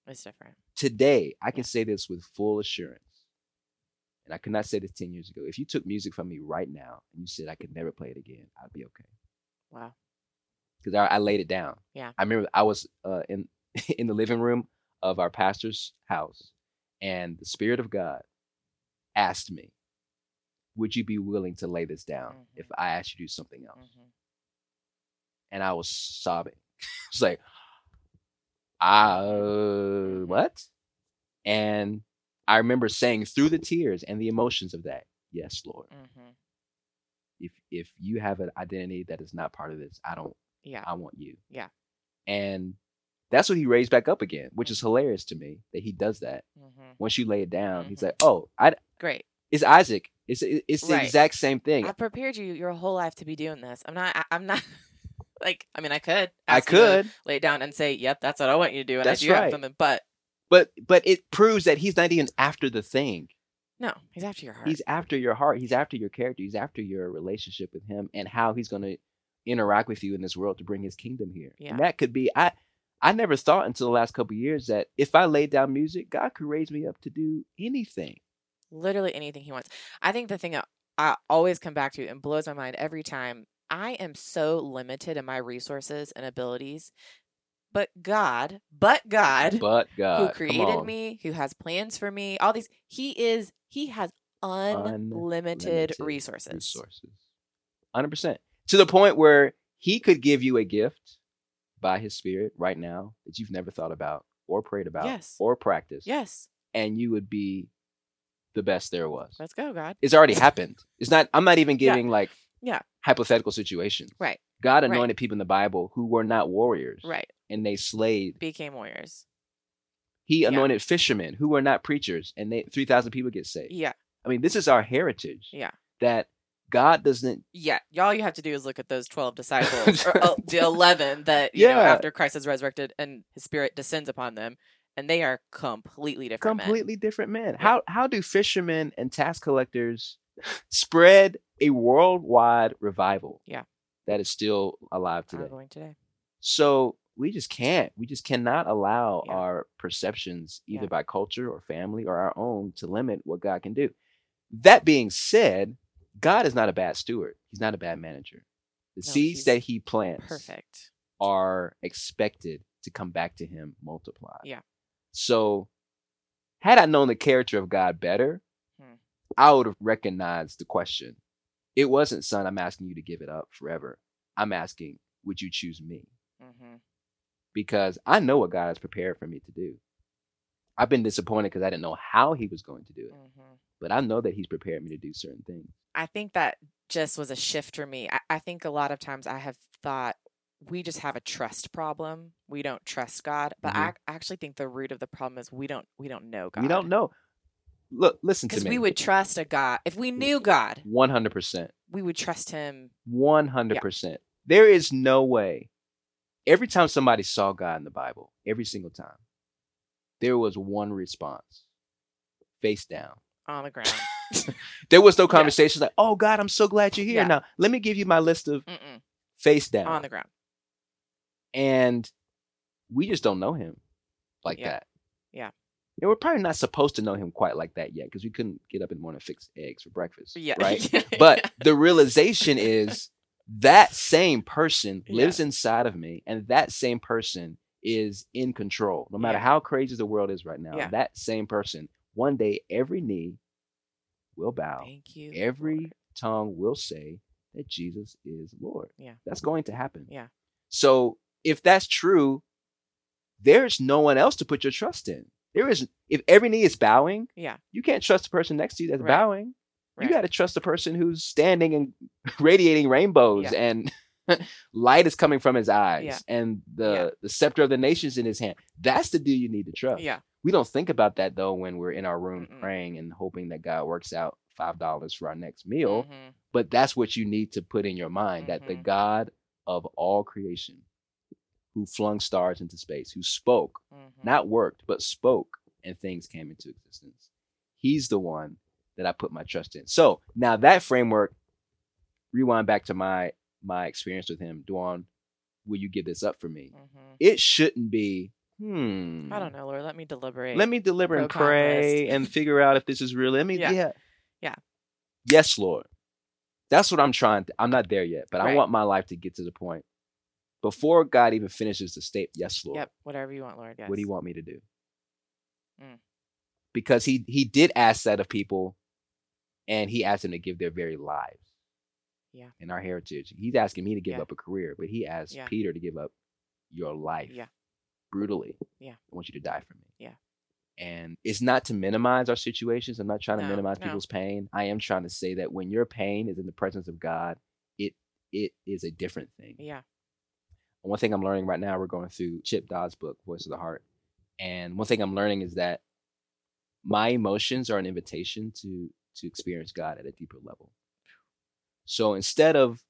It's different.
today I
Yeah.
can say this with full assurance. And I could not say this 10 years ago. If you took music from me right now and you said I could never play it again, I'd be okay
Wow.
because I, I laid it down.
Yeah.
I remember I was uh, in [LAUGHS] in the living room of our pastor's house, and the Spirit of God asked me, "Would you be willing to lay this down if I asked you to do something else?"
Mm-hmm.
And I was sobbing. [LAUGHS] It's like, "Ah, uh,
Mhm.
what?" And I remember saying through the tears and the emotions of that, "Yes, Lord.
Mm-hmm.
If if you have an identity that is not part of this, I don't
Yeah.
I want you.
Yeah.
And that's what he raised back up again, which is hilarious to me that he does that.
Mm-hmm.
Once you lay it down, he's
Mhm.
like, "Oh, I,
Great.
it's Isaac. It's it- it's the
Right.
exact same thing.
I've prepared you your whole life to be doing this. I'm not. I, I'm not. [LAUGHS] Like, I mean, I could.
I
ask you to
could,
lay it down and say, "Yep, that's what I want you to do," and
That's
I do have
right.
something. But
but but it proves that he's not even after the thing.
no, he's after your heart.
He's after your heart. He's after your character. He's after your relationship with him and how he's going to interact with you in this world to bring his kingdom here.
Yeah.
And that could be I I never thought until the last couple of years that if I laid down music, God could raise me up to do anything.
literally anything he wants. I think the thing that I always come back to and blows my mind every time I am so limited in my resources and abilities, but God, but God,
But God,
who
come
created
on.
me, who has plans for me, all these, He is, He has unlimited,
Unlimited
resources.
resources. 100%. To the point where he could give you a gift by his spirit right now that you've never thought about or prayed about
Yes.
or practiced.
Yes,
And you would be the best there was.
let's go, God.
It's already happened. It's not, I'm not even
Yeah.
giving like
Yeah.
hypothetical situations.
Right.
God
Right.
anointed people in the Bible who were not warriors
Right.
and they slayed.
Became warriors.
He
Yeah.
anointed fishermen who were not preachers and they 3,000 people get saved.
Yeah.
I mean, this is our heritage.
Yeah.
That God doesn't
Yeah. All you have to do is look at those 12
[LAUGHS]
disciples, or uh, the 11 that, you know,
Yeah.
after Christ is resurrected and his spirit descends upon them, and they are completely different. men.
completely different men. How how do fishermen and tax collectors spread a worldwide revival?
Yeah.
That is still alive today.
Ongoing today.
So we just can't. We just cannot allow
Yeah.
our perceptions, either
Yeah.
by culture or family or our own, to limit what God can do. That being said, God is not a bad steward. He's not a bad manager. The
No, he's
seeds that he plants
Perfect.
are expected to come back to him multiplied.
Yeah.
So, had I known the character of God better,
Hmm.
I would have recognized the question. It wasn't, son, I'm asking you to give it up forever. I'm asking, would you choose me?
Mm-hmm.
Because I know what God has prepared for me to do. I've been disappointed because I didn't know how he was going to do it,
Mm-hmm.
but I know that he's prepared me to do certain things.
I think that just was a shift for me. I, I think a lot of times I have thought we just have a trust problem. We don't trust God, but I ac- actually think the root of the problem is we don't we don't know God.
Mm-hmm. We don't know. Look, listen to
because
me.
we would
Mm.
trust a God if we knew God.
100%.
We would trust Him.
100%. There is no way. Every time somebody saw God in the Bible, every single time, there was one response face down.
on the ground.
There was no
Yeah.
conversation like, oh, God, I'm so glad you're here.
Yeah.
Now, let me give you my list of
Mm-mm,
face down.
on the ground.
and we just don't know him like
Yeah.
that.
Yeah.
And we're probably not supposed to know him quite like that yet because we couldn't get up in the morning and fix eggs for breakfast.
Yeah. [LAUGHS]
Right.
yeah,
But the realization is that same person lives inside of me, and that same person is in control. No matter
Yeah.
how crazy the world is right now,
Yeah.
that same person, one day, every knee will
yeah.
bow,
Thank you.
every
Lord.
tongue will say that Jesus is Lord.
Yeah.
That's going to happen.
Yeah.
So if that's true, there's no one else to put your trust in. There is if every knee is bowing,
Yeah.
you can't trust the person next to you that's
Right.
bowing.
Right.
You got to trust the person who's standing and [LAUGHS] radiating rainbows
Yeah.
and [LAUGHS] light is coming from his eyes
Yeah.
and the
Yeah.
the scepter of the nations in his hand. That's the dude you need to trust.
Yeah.
We don't think about that though when we're in our room
Mm-mm.
praying and hoping that God works out five dollars for our next meal.
Mhm.
But that's what you need to put in your mind that the
Mhm.
God of all creation, who flung stars into space, who spoke,
Mhm.
not worked, but spoke, and things came into existence. He's the one that I put my trust in. So now that framework, rewind back to my my experience with him. Duan, will you give this up for me?
Mhm.
It shouldn't be. Hmm.
I don't know, Lord. Let me deliberate.
Let me deliver and
Pro-con
pray
list.
and figure out if this is real. Let me,
Yeah.
yeah.
Yeah.
Yes, Lord. That's what I'm trying. To, I'm not there yet, but I
Right.
want my life to get to the point before God even finishes the state. Yes, Lord.
Yep. Whatever you want, Lord. Yes.
What do you want me to do?
Mm.
Because he he did ask that of people, and he asked them to give their very lives.
Yeah.
And our heritage. He's asking me to give
Yeah.
up a career, but he asked
Yeah.
Peter to give up your life.
Yeah.
Brutally.
Yeah.
I want you to die for me.
Yeah.
And it's not to minimize our situations. I'm not trying to
No,
minimize
no.
people's pain. I am trying to say that when your pain is in the presence of God, it it is a different thing
Yeah.
one thing I'm learning right now, we're going through Chip Dodd's book, Voice of the Heart. And one thing I'm learning is that my emotions are an invitation to to experience God at a deeper level. So instead of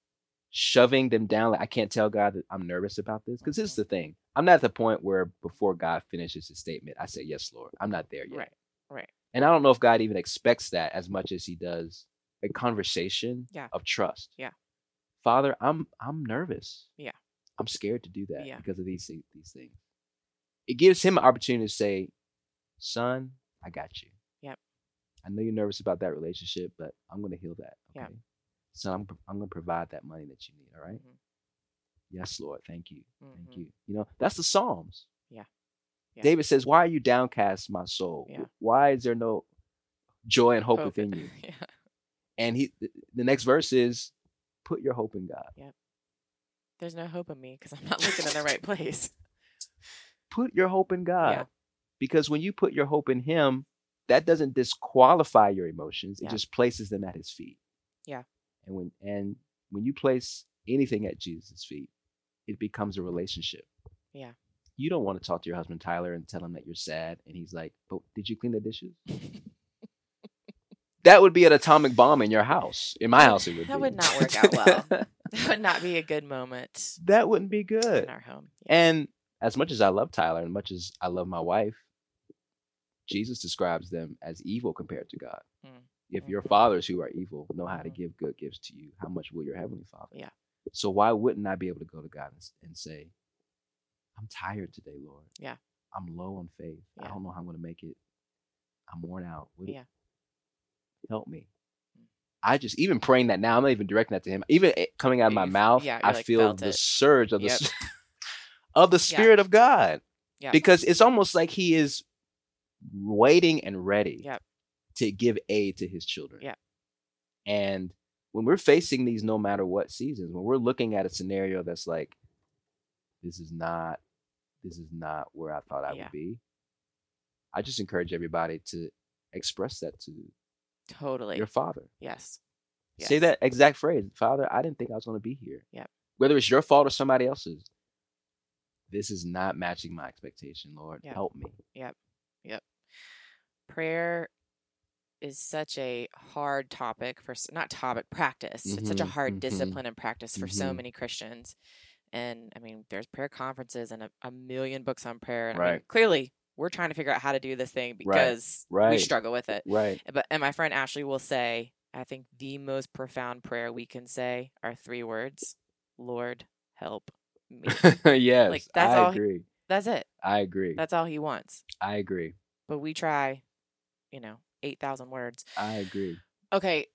shoving them down, like I can't tell God that I'm nervous about this, because this is the thing. I'm not at the point where before God finishes his statement, I say, Yes, Lord. I'm not there yet.
Right. Right.
And I don't know if God even expects that as much as he does a conversation
Yeah.
of trust.
Yeah.
Father, I'm I'm nervous.
Yeah.
I'm scared to do that
Yeah.
because of these thi- these things. It gives him an opportunity to say, "Son, I got you.
Yep.
I know you're nervous about that relationship, but I'm going to heal that.
Yeah.
So I'm pro- I'm going to provide that money that you need. All right?
Mhm.
Yes, Lord. Thank you. Thank
Mhm.
you. You know, that's the Psalms.
Yeah. Yeah.
David says, Why are you downcast, my soul?
Yeah.
Why is there no joy and hope
Hope
within
it-
you?
[LAUGHS] yeah.
And he th- the next verse is, Put your hope in God.
There's no hope in me because I'm not looking in the right place. [LAUGHS]
Put your hope in God.
Yeah.
Because when you put your hope in him, that doesn't disqualify your emotions. It
Yeah.
just places them at his feet.
Yeah.
And when and when you place anything at Jesus' feet, it becomes a relationship.
Yeah.
You don't want to talk to your husband Tyler and tell him that you're sad and he's like, But did you clean
[LAUGHS]
the dishes? that would be an atomic bomb in your house.
[LAUGHS]
In my house, it would.
That
be.
would not work out well. that would not be a good moment
[LAUGHS] that wouldn't be
in
good.
our home. Yeah.
And as much as I love Tyler, and much as I love my wife, Jesus describes them as evil compared to God.
Mm.
If your
Mhm.
fathers who are evil know how to
Mhm.
give good gifts to you, how much will your heavenly Father?
Yeah.
So why wouldn't I be able to go to God and, s- and say, "I'm tired today, Lord.
Yeah.
I'm low on faith. I
Yeah.
don't know how I'm going to make it. I'm worn out. What-
Yeah.
Help me."
Mm.
I just even praying that now. I'm not even directing that to him. Even it coming out of my
You've-
mouth,
yeah, you,
I
like,
feel
felt
the
it.
surge of the
Yep.
s- of the
Yeah.
Spirit of God.
Yeah.
Because it's almost like He is waiting and ready
Yep.
to give aid to His children.
Yep.
And when we're facing these no matter what seasons, when we're looking at a scenario that's like, this is not, this is not where I thought I
Yeah.
would be, I just encourage everybody to express that to
Totally.
your father.
yes.
Say
Yes.
that exact phrase, Father. I didn't think I was going to be here.
Yep.
Whether it's your fault or somebody else's, this is not matching my expectation. Lord,
Yep.
help me.
Prayer is such a hard topic for s- not topic practice. It's such a
Mhm,
hard
mhm,
discipline and practice for so
mhm.
many Christians. And I mean, there's prayer conferences and a, a million books on prayer. And I mean,
Right.
clearly, we're trying to figure out how to do this thing because we
right.
struggle with it.
Right.
[LAUGHS]
[LAUGHS]
But and my friend Ashley will say, I think the most profound prayer we can say are three words: "Lord, help me."
yes.
that's
I
all-
agree.
That's it.
I agree.
That's all he wants.
I agree.
But we try, you know, eight thousand words.
I agree.
okay,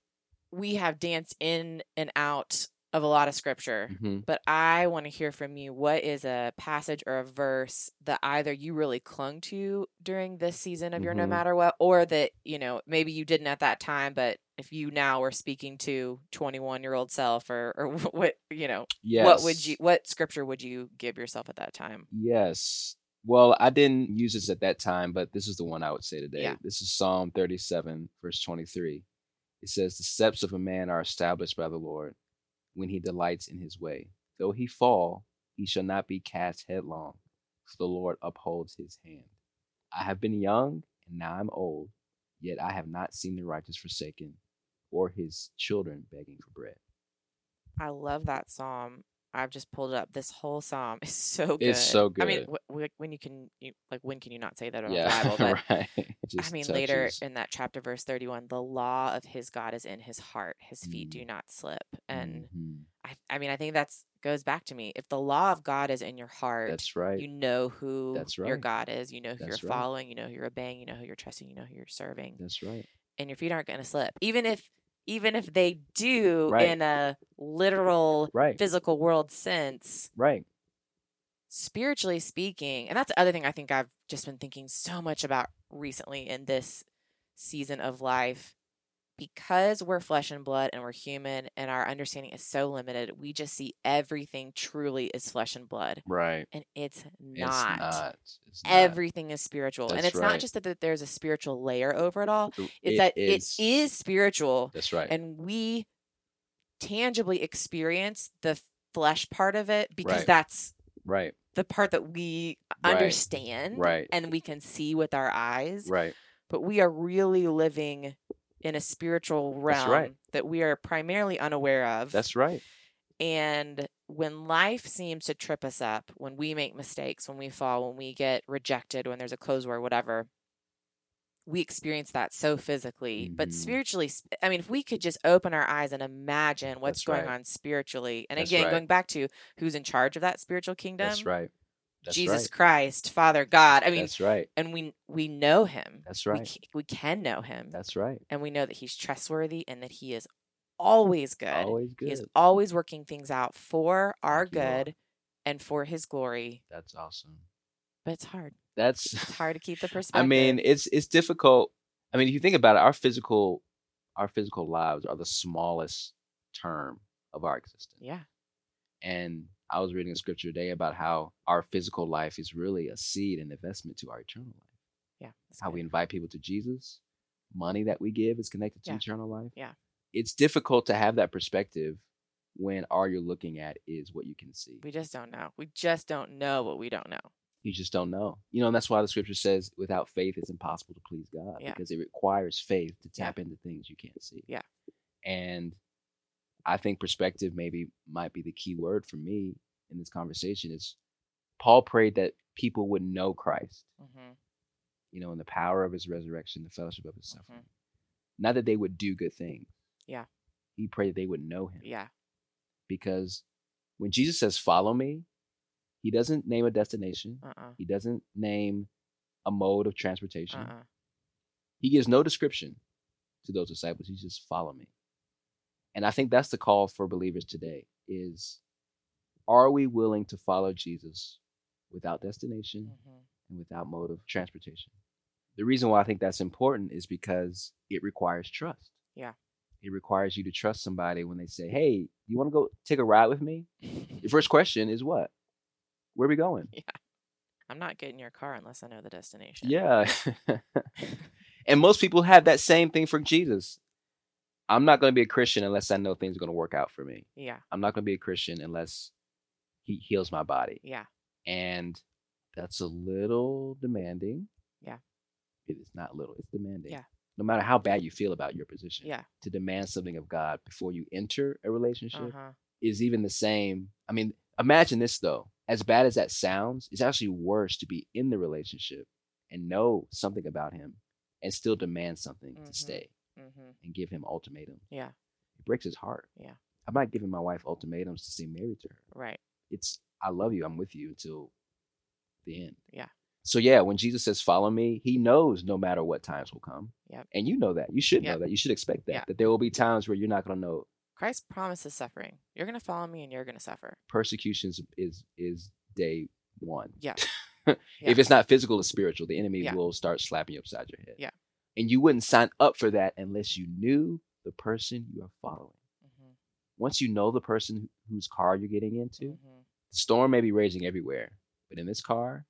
we have danced in and out of a lot of scripture,
Mhm.
but I want to hear from you. What is a passage or a verse that either you really clung to during this season of your No
Mhm.
Matter What, or that, you know, maybe you didn't at that time, but if you now were speaking to 21 year old self or, or [LAUGHS] what, you know,
Yes.
what would you, what scripture would you give yourself at that time?
Yes. Well, I didn't use this at that time, but this is the one I would say today.
Yeah.
This is Psalm 37, verse 23. It says, The steps of a man are established by the Lord when he delights in his way. Though he fall, he shall not be cast headlong, for the Lord upholds his hand. I have been young, and now I'm old, yet I have not seen the righteous forsaken, or his children begging for bread.
I love that psalm. I've just pulled it up. This whole psalm [LAUGHS] is so good.
It's so
I mean,
good.
wh- wh- when you can, you, like, when can you not say that about
yeah, [LAUGHS]
the Oh, Bible? But
right. It
I
just
mean, later
touches.
in that chapter, verse 31, the law of his God is in his heart. His feet
Mm.
do not slip. And
Mhm.
I, I mean, I think that's goes back to me. If the law of God is in your heart,
that's right.
you know who
That's
your
right.
God is. You know who
That's
you're
right.
following. You know who you're obeying. You know who you're trusting. You know who you're serving.
That's right.
And your feet aren't going to slip. Even if, even if they do
Right.
in a literal
Right.
physical world sense,
Right.
spiritually speaking, and that's the other thing I think I've just been thinking so much about recently in this season of life. Because we're flesh and blood and we're human and our understanding is so limited, we just see everything truly is flesh and blood.
Right.
And it's
It's
not.
not. It's not.
Everything is spiritual. and
That's
it's not
right.
just that, that there's a spiritual layer over it all,
Th-
it's
it
that
is-
it is spiritual
That's right.
and we tangibly experience the flesh part of it because
Right.
that's
right.
the part that we
Right.
understand
Right.
and we can see with our eyes
Right.
but we are really living in a spiritual
That's
realm
right.
that we are primarily unaware of
That's right.
and when life seems to trip us up when we make mistakes when we fall when we get rejected when there's a closed door whatever we experience that so physically but
Mhm.
spiritually sp- i mean if we could just open our eyes and imagine what's
That's
going
right.
on spiritually and
That's
again
right.
going back to who's in charge of that spiritual kingdom
That's right. That's
Jesus
right.
Christ, Father God. I mean,
That's right.
and we we know him.
That's
We,
right.
c- we can know him,
That's right.
and we know that he's trustworthy and that he is always good.
Always
He is
good.
always working things out for our
Thank you, Lord.
good and for his glory.
That's awesome.
But it's hard.
That's
It's hard to keep the perspective.
[LAUGHS] [SIGHS] I mean, it's it's difficult. I mean, if you think about it, our physical our physical lives are the smallest term of our existence.
yeah,
And I was reading a scripture today about how our physical life is really a seed and investment to our eternal life.
yeah. that's
how
good.
we invite people to Jesus. Money that we give is connected to
Yeah.
eternal life.
Yeah.
It's difficult to have that perspective when all you're looking at is what you can see.
we just don't know. We just don't know what we don't know.
You just don't know. You know, and that's why the scripture says without faith it's impossible to please God
Yeah.
because it requires faith to
Yeah.
tap into things you can't see.
Yeah.
And I think perspective maybe might be the key word for me in this conversation is Paul prayed that people would know Christ,
hmm
you know, in the power of his resurrection, the fellowship of his
Mhm.
suffering. not that they would do good things.
Yeah.
He prayed that they would know him.
Yeah,
Because when Jesus says, Follow me, he doesn't name a destination,
uh, uh-uh.
he doesn't name a mode of transportation.
uh,
He gives no description to those disciples. He just follow me. And I think that's the call for believers today is are we willing to follow Jesus without destination?
hmm
and without mode of transportation. The reason why I think that's important is because it requires trust.
Yeah.
It requires you to trust somebody when they say, Hey, you want to go take a ride with me? Your first question is what? Where are we going?
I'm not getting your car unless I know the destination.
Yeah. [LAUGHS] and most people have that same thing for Jesus. I'm not going to be a Christian unless I know things are going to work out for me.
yeah,
I'm not going to be a Christian unless he heals my body.
yeah.
and that's a little demanding.
Yeah.
It is not little, it's demanding.
Yeah.
no matter how bad you feel about your position,
Yeah.
to demand something of God before you enter a relationship
Uh-huh.
is even the same. I mean, imagine this though. As bad as that sounds, it's actually worse to be in the relationship and know something about him and still demand something
Mhm.
to stay
Mm-hmm.
and give him ultimatums.
Yeah.
It breaks his heart.
Yeah.
I'm not giving my wife ultimatums to stay married to her.
Right.
It's I love you, I'm with you until the end.
Yeah.
So yeah, when Jesus says follow me, he knows no matter what times will come.
Yep.
And you know that. You should
Yep.
know that. You should expect that.
Yeah.
That there will be times where you're not gonna know
Christ promises suffering. You're going to follow me and you're going to suffer.
persecutions is is day one.
Yeah.
[LAUGHS] If
Yeah.
it's not physical, it's spiritual. The enemy
Yeah.
will start slapping you upside your head.
Yeah.
And you wouldn't sign up for that unless you knew the person you are following.
Mhm.
Once you know the person whose car you're getting into,
Mhm.
the storm may be raging everywhere, but in this car,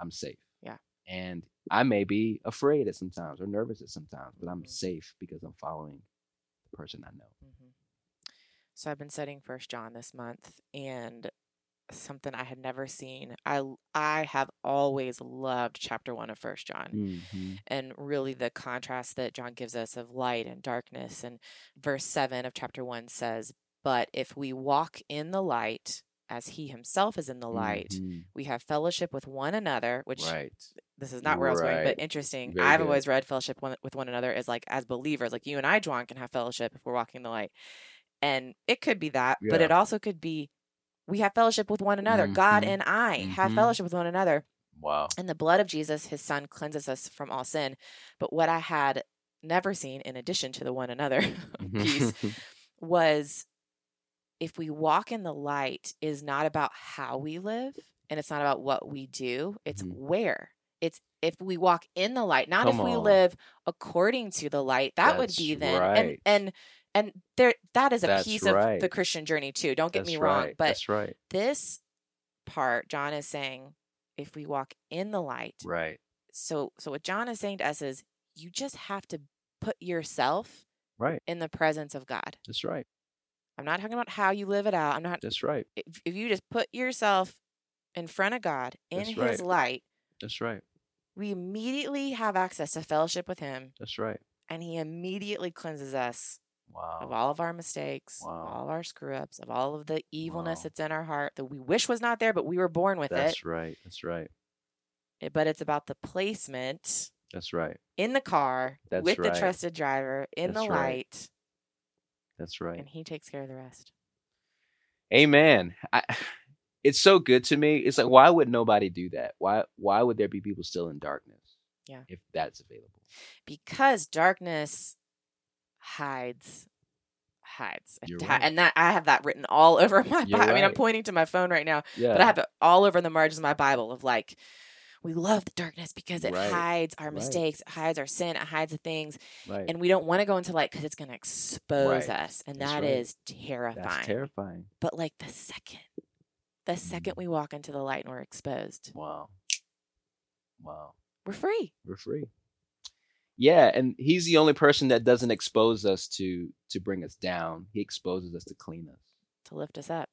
I'm safe.
Yeah.
And I may be afraid at some times or nervous at some times, but I'm
Mhm.
safe because I'm following the person I know.
Mhm. So I've been studying First John this month, and something I had never seen. I l- I have always loved Chapter One of First John,
Mm.
and really the contrast that John gives us of light and darkness. And verse seven of chapter one says, "But if we walk in the light, as He Himself is in the light,
Mhm.
we have fellowship with one another." Which
Right.
this is not where I was going,
Right.
but interesting.
Very
I've
good.
always read fellowship one, with one another as like as believers, like you and I, Juan, can have fellowship if we're walking in the light, and it could be that, but
Yeah.
it also could be we have fellowship with one another. God
Mhm.
and I have
Mhm.
fellowship with one another,
Wow.
and the blood of Jesus, His Son, cleanses us from all sin. But what I had never seen, in addition to the one another [LAUGHS]
Mm-hmm. [LAUGHS]
piece, was if we walk in the light is not about how we live and it's not about what we do it's
Mhm.
where it's if we walk in the light not
Come
if we
on.
live according to the light that would
That's
be then
right.
and and and there that is a
That's
piece of the
right.
christian journey too don't get
That's
me
right.
wrong but
That's right.
this part john is saying if we walk in the light
Right.
so so what john is saying to us is you just have to put yourself
Right.
in the presence of god
That's right.
i'm not talking about how you live it out i'm not
That's right.
if, if you just put yourself in front of God in
That's
His
right.
light,
That's right.
we immediately have access to fellowship with Him,
That's right.
and He immediately cleanses us of
Wow.
all of our mistakes,
Wow.
all of our screw ups, of all of the evilness
Wow.
that's in our heart that we wish was not there, but we were born with
That's
it.
right. That's right.
it. But it's about the placement
That's right.
in the car
That's
with
right.
the trusted driver in the
That's right.
light,
That's right.
and He takes care of the rest.
Amen. I, [SIGHS] it's so good to me. It's like why would nobody do that? Why why would there be people still in darkness?
Yeah.
If that's available.
because darkness hides hides it
You're
hi-
right.
and that i have that written all [LAUGHS] over my
You're
bible i mean i'm
right.
pointing to my phone right now
Yeah.
but i have it all over the margins of my bible of like we love the darkness because it
Right.
hides our
Right.
mistakes it hides our sin it hides the things
right.
and we don't want to go into light because it's going to expose
Right.
us and
That's
that
right.
is terrifying
that's terrifying.
but like the second the second
Mm.
we walk into the light and we're exposed
Wow. Wow.
we're free
We're free. Yeah, and he's the only person that doesn't expose us to to bring us down. He exposes us to clean us.
to lift us up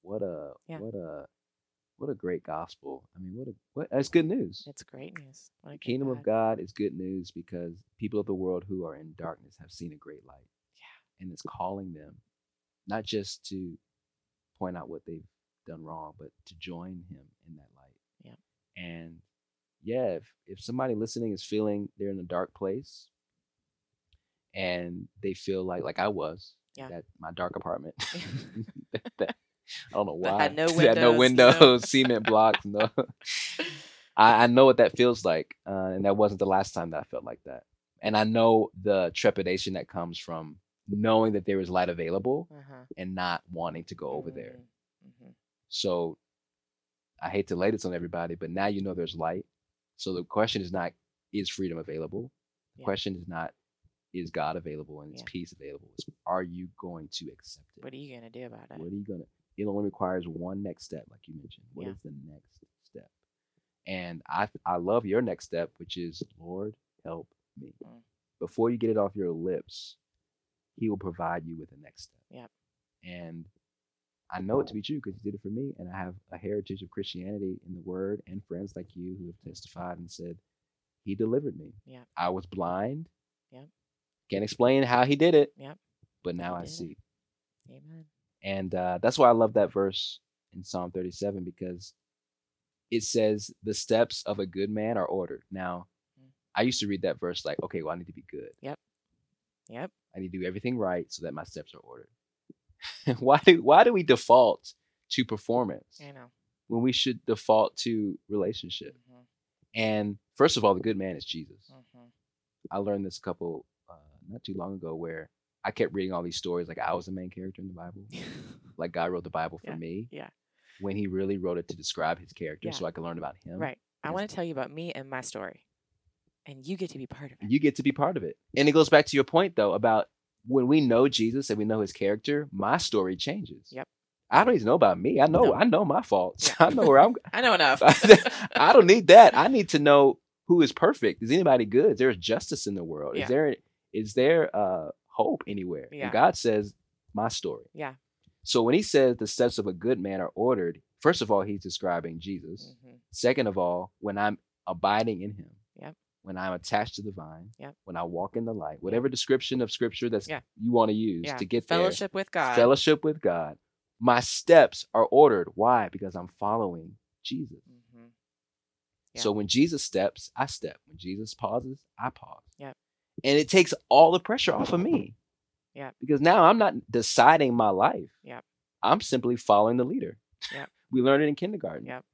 What a
Yeah.
what a what a great gospel. I mean, what a what that's good news.
it's great news
The
Like
kingdom of God is good news because people of the world who are in darkness have seen a great light. Yeah. And it's calling them not just to point out what they've done wrong, but to join him in that light.
Yeah.
And yeah, if, if somebody listening is feeling they're in a dark place and they feel like like I was
Yeah.
at my dark [LAUGHS] apartment.
Yeah.
that- that- I don't know why.
That had
[LAUGHS]
no
That
windows, you
no
know?
windows, [LAUGHS] cement blocks, no. I, I know what that feels like, uh, and that wasn't the last time that I felt like that. And I know the trepidation that comes from knowing that there is light available
uh-huh
and not wanting to go over there.
Mm-hmm.
So I hate to lay this on everybody, but now you know there's light. So the question is not is freedom available? The
Yeah.
question is not is God available and is
Yeah.
peace available? It's are you going to accept it?
What are you gonna do about it?
What are you gonna? It only requires one next step, like you mentioned. What
Yeah.
is the next step? And I I love your next step, which is Lord help me.
Mm.
Before you get it off your lips, He will provide you with the next step.
Yep.
And I know it to be true because He did it for me, and I have a heritage of Christianity in the Word and friends like you who have testified and said He delivered me.
Yep.
I was blind.
Yep.
Can't explain how he did it.
Yep.
But now
He
I
did it.
see.
Amen.
And uh, that's why I love that verse in Psalm 37 because it says, The steps of a good man are ordered. Now,
Mm.
I used to read that verse like, okay, well, I need to be good.
Yep.
I need to do everything right so that my steps are ordered. [LAUGHS] why, do, why do we default to performance
I know.
when we should default to relationship?
Mhm,
And first of all, the good man is Jesus.
mhm.
I learned this a couple, uh, not too long ago, where I kept reading all these stories like I was the main character in the Bible.
Mm-hmm.
[LAUGHS] like God wrote the Bible for
Yeah,
me.
yeah.
When he really wrote it to describe his character
Yeah.
so I could learn about him.
right. I
Yes.
want to tell you about me and my story, and you get to be part of it.
You get to be part of it. And it goes back to your point though about when we know Jesus and we know his character, my story changes.
Yep.
I don't even know about me. I know
No.
I know my faults.
Yeah.
[LAUGHS] I know where I'm
I know enough.
[LAUGHS] I don't need that. I need to know who is perfect. Is anybody good? Is there justice in the world?
Yeah.
Is there is there uh hope anywhere?
Yeah.
And God says, My story.
Yeah.
So when he says the steps of a good man are ordered, first of all, he's describing Jesus.
Mhm,
Second of all, when I'm abiding in him,
Yep.
when I'm attached to the vine,
Yep.
when I walk in the light, whatever description of scripture that's
Yeah.
you want to use
Yeah.
to get
Fellowship with
there,
God.
fellowship with God, my steps are ordered. Why? Because I'm following Jesus.
Mhm,
So when Jesus steps, I step. When Jesus pauses, I pause.
Yep.
And it takes all the pressure off of me.
Yep.
Because now I'm not deciding my life.
Yep.
I'm simply following the leader.
Yep.
we learned it in kindergarten.
Yep.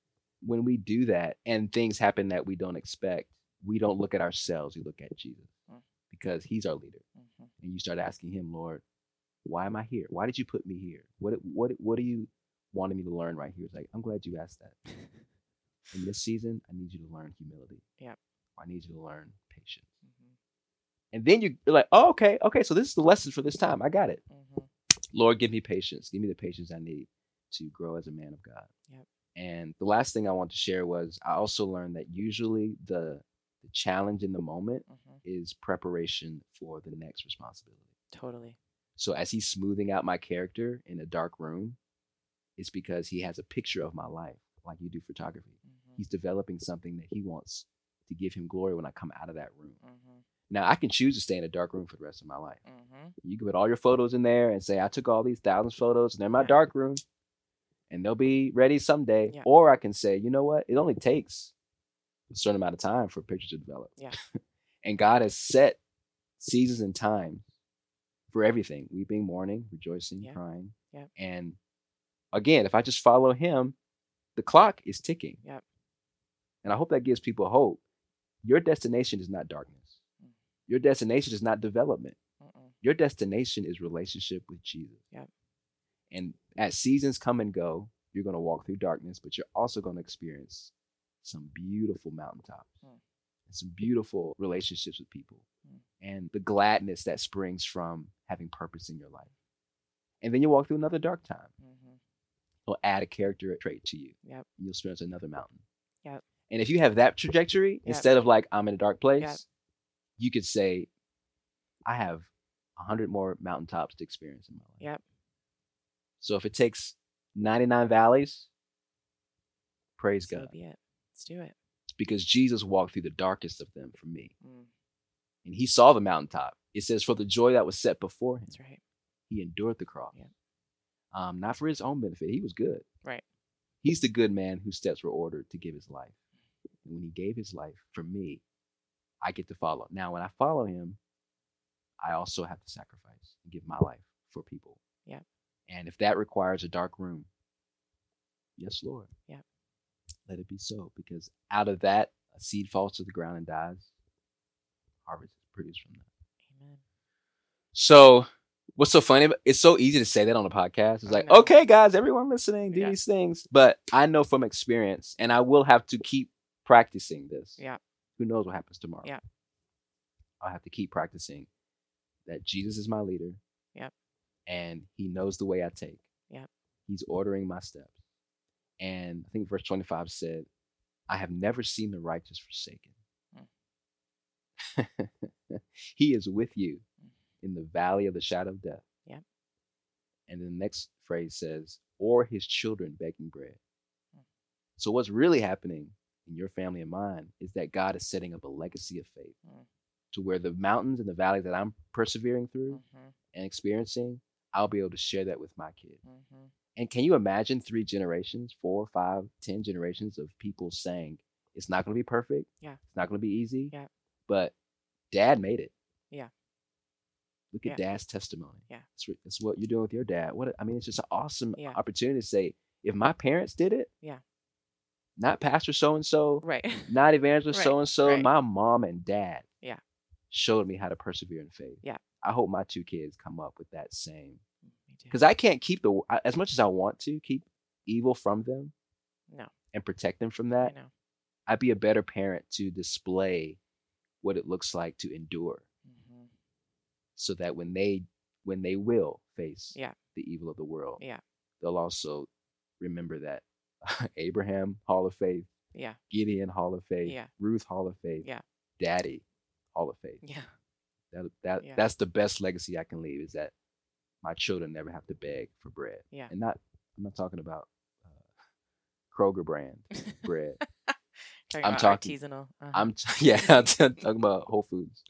When we do that and things happen that we don't expect, we don't look at ourselves, we look at Jesus
Mm.
because he's our leader.
mhm.
And you start asking him, Lord, why am I here? Why did you put me here? What what what are you wanting me to learn right here? It's like, I'm glad you asked that in this season, I need you to learn humility.
Yep.
I need you to learn patience.
Mhm,
And then you- you're like, oh, okay, okay. So this is the lesson for this time. I got it.
mhm.
Lord, give me patience. Give me the patience I need to grow as a man of God.
Yep.
And the last thing I want to share was I also learned that usually the, the challenge in the moment
Mhm.
is preparation for the next responsibility.
Totally.
So as he's smoothing out my character in a dark room, it's because he has a picture of my life, like you do photography
Mhm,
he's developing something that he wants to give him glory when I come out of that room.
mhm,
Now I can choose to stay in a dark room for the rest of my life.
mhm.
You can put all your photos in there and say, I took all these thousands of photos and they're my
Yeah.
dark room and they'll be ready someday.
Yeah.
Or I can say, you know what? It only takes a certain amount of time for a picture to develop.
Yeah.
[LAUGHS] and God has set seasons and time for everything weeping, mourning, rejoicing,
Yeah.
crying.
Yeah.
And again, if I just follow Him, the clock is ticking.
Yep.
And I hope that gives people hope. Your destination is not darkness.
Mm.
Your destination is not development
Mm-mm.
your destination is relationship with Jesus.
Yep.
And as seasons come and go, you're going to walk through darkness, but you're also going to experience some beautiful mountaintops
Mm.
and some beautiful relationships with people
Mm.
and the gladness that springs from having purpose in your life. And then you walk through another dark time.
Mhm.
It'll add a character trait to you.
Yep.
And you'll experience another mountain.
Yep.
And if you have that trajectory, instead of like, I'm in a dark place, you could say, I have a hundred more mountaintops to experience in my life.
Yep.
So if it takes 99 valleys, praise
So
God.
be it. Let's do it.
Because Jesus walked through the darkest of them for me.
Mm,
And he saw the mountaintop. It says, For the joy that was set before him,
That's right.
he endured the cross.
Yeah.
Um, not for his own benefit. He was good.
Right.
He's the good man whose steps were ordered to give his life. And when he gave his life for me, I get to follow. Now, when I follow him, I also have to sacrifice and give my life for people.
Yeah.
And if that requires a dark room, yes, Lord.
Yeah.
Let it be so, because out of that, a seed falls to the ground and dies. Harvest is produced from that.
Amen.
So what's so funny? about- It's so easy to say that on a podcast. It's
I
like,
know.
okay, guys, everyone listening, do
Yeah.
these things. But I know from experience, and I will have to keep practicing this.
Yeah.
Who knows what happens tomorrow?
Yeah.
I'll have to keep practicing that Jesus is my leader.
Yep.
And he knows the way I take.
Yep.
He's ordering my steps. And I think verse 25 said, I have never seen the righteous forsaken. [LAUGHS] he is with you in the valley of the shadow of death.
Yep.
And then the next phrase says, or his children begging bread.
Mm.
So what's really happening and your family and mine is that God is setting up a legacy of faith
Mm.
to where the mountains and the valleys that I'm persevering through
Mhm,
and experiencing, I'll be able to share that with my kid.
mhm.
And can you imagine three generations, four, five, ten generations of people saying, it's not going to be perfect.
Yeah.
It's not going to be easy.
Yeah.
But dad made it.
Yeah.
Look at dad's testimony.
Yeah.
It's, what- it's what you're doing with your dad. What a- I mean, it's just an awesome
Yeah.
opportunity to say, if my parents did it,
Yeah.
not pastor so and so,
Right.
not evangelist
Right,
so and so,
right.
my mom and dad
Yeah.
showed me how to persevere in faith.
Yeah.
I hope my two kids come up with that same
[LAUGHS] Me too.
because I can't keep the I- as much as I want to keep evil from them.
No.
And protect them from
I
that.
know.
I'd be a better parent to display what it looks like to endure,
Mhm.
so that when they when they will face
Yeah.
the evil of the world,
Yeah.
they'll also remember that [LAUGHS] Abraham Hall of Faith,
Yeah.
Gideon Hall of Faith,
Yeah.
Ruth Hall of Faith,
Yeah.
Daddy Hall of Faith.
Yeah.
That that
Yeah.
that's the best legacy I can leave is that my children never have to beg for bread.
Yeah.
and not I'm not talking about uh,
[LAUGHS]
Kroger brand bread.
Uh-huh. Talking
I'm
about
talking-
artisanal. uh-huh.
I'm t- [LAUGHS] yeah, I'm t- talking about Whole
[LAUGHS]
Foods.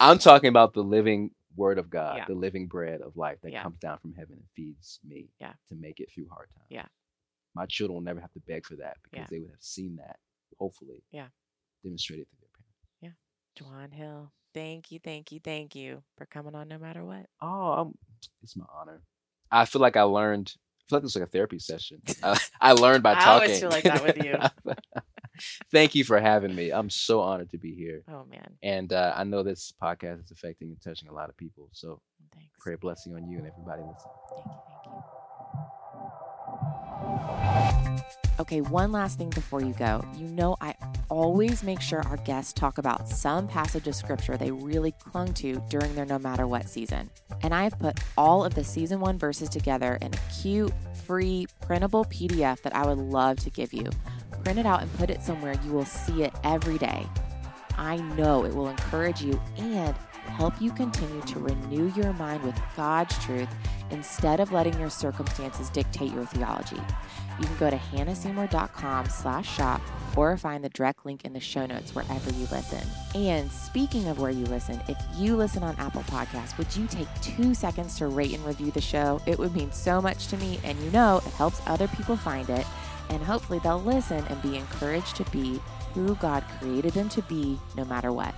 I'm talking about the living Word of God,
Yeah.
the living bread of life that
Yeah.
comes down from heaven and feeds me
Yeah.
to make it through hard times.
Yeah.
my children will never have to beg for that because
Yeah.
they would have seen that, hopefully.
Yeah.
demonstrated through their parents.
Juwan Hill. Thank you, thank you, thank you for coming on no matter what.
Oh, I'm, it's my honor. I feel like I learned. I feel like this is like a therapy session. I, I learned
[LAUGHS]
by
I
talking.
always feel like that with you.
[LAUGHS] Thank you for having me. I'm so honored to be here,
Oh man.
and uh, I know this podcast is affecting and touching a lot of people. So
Thanks.
pray a blessing on you and everybody listening.
Thank you, thank you. Okay, one last thing before you go. You know, I always make sure our guests talk about some passage of scripture they really clung to during their no matter what season. And I have put all of the season one verses together in a cute, free, printable PDF that I would love to give you. Print it out and put it somewhere you will see it every day. I know it will encourage you and help you continue to renew your mind with God's truth instead of letting your circumstances dictate your theology. You can go to hannahseymour.com slash shop or find the direct link in the show notes wherever you listen. And speaking of where you listen, if you listen on Apple Podcasts, would you take two seconds to rate and review the show? It would mean so much to me, and you know it helps other people find it, and hopefully they'll listen and be encouraged to be who God created them to be no matter what.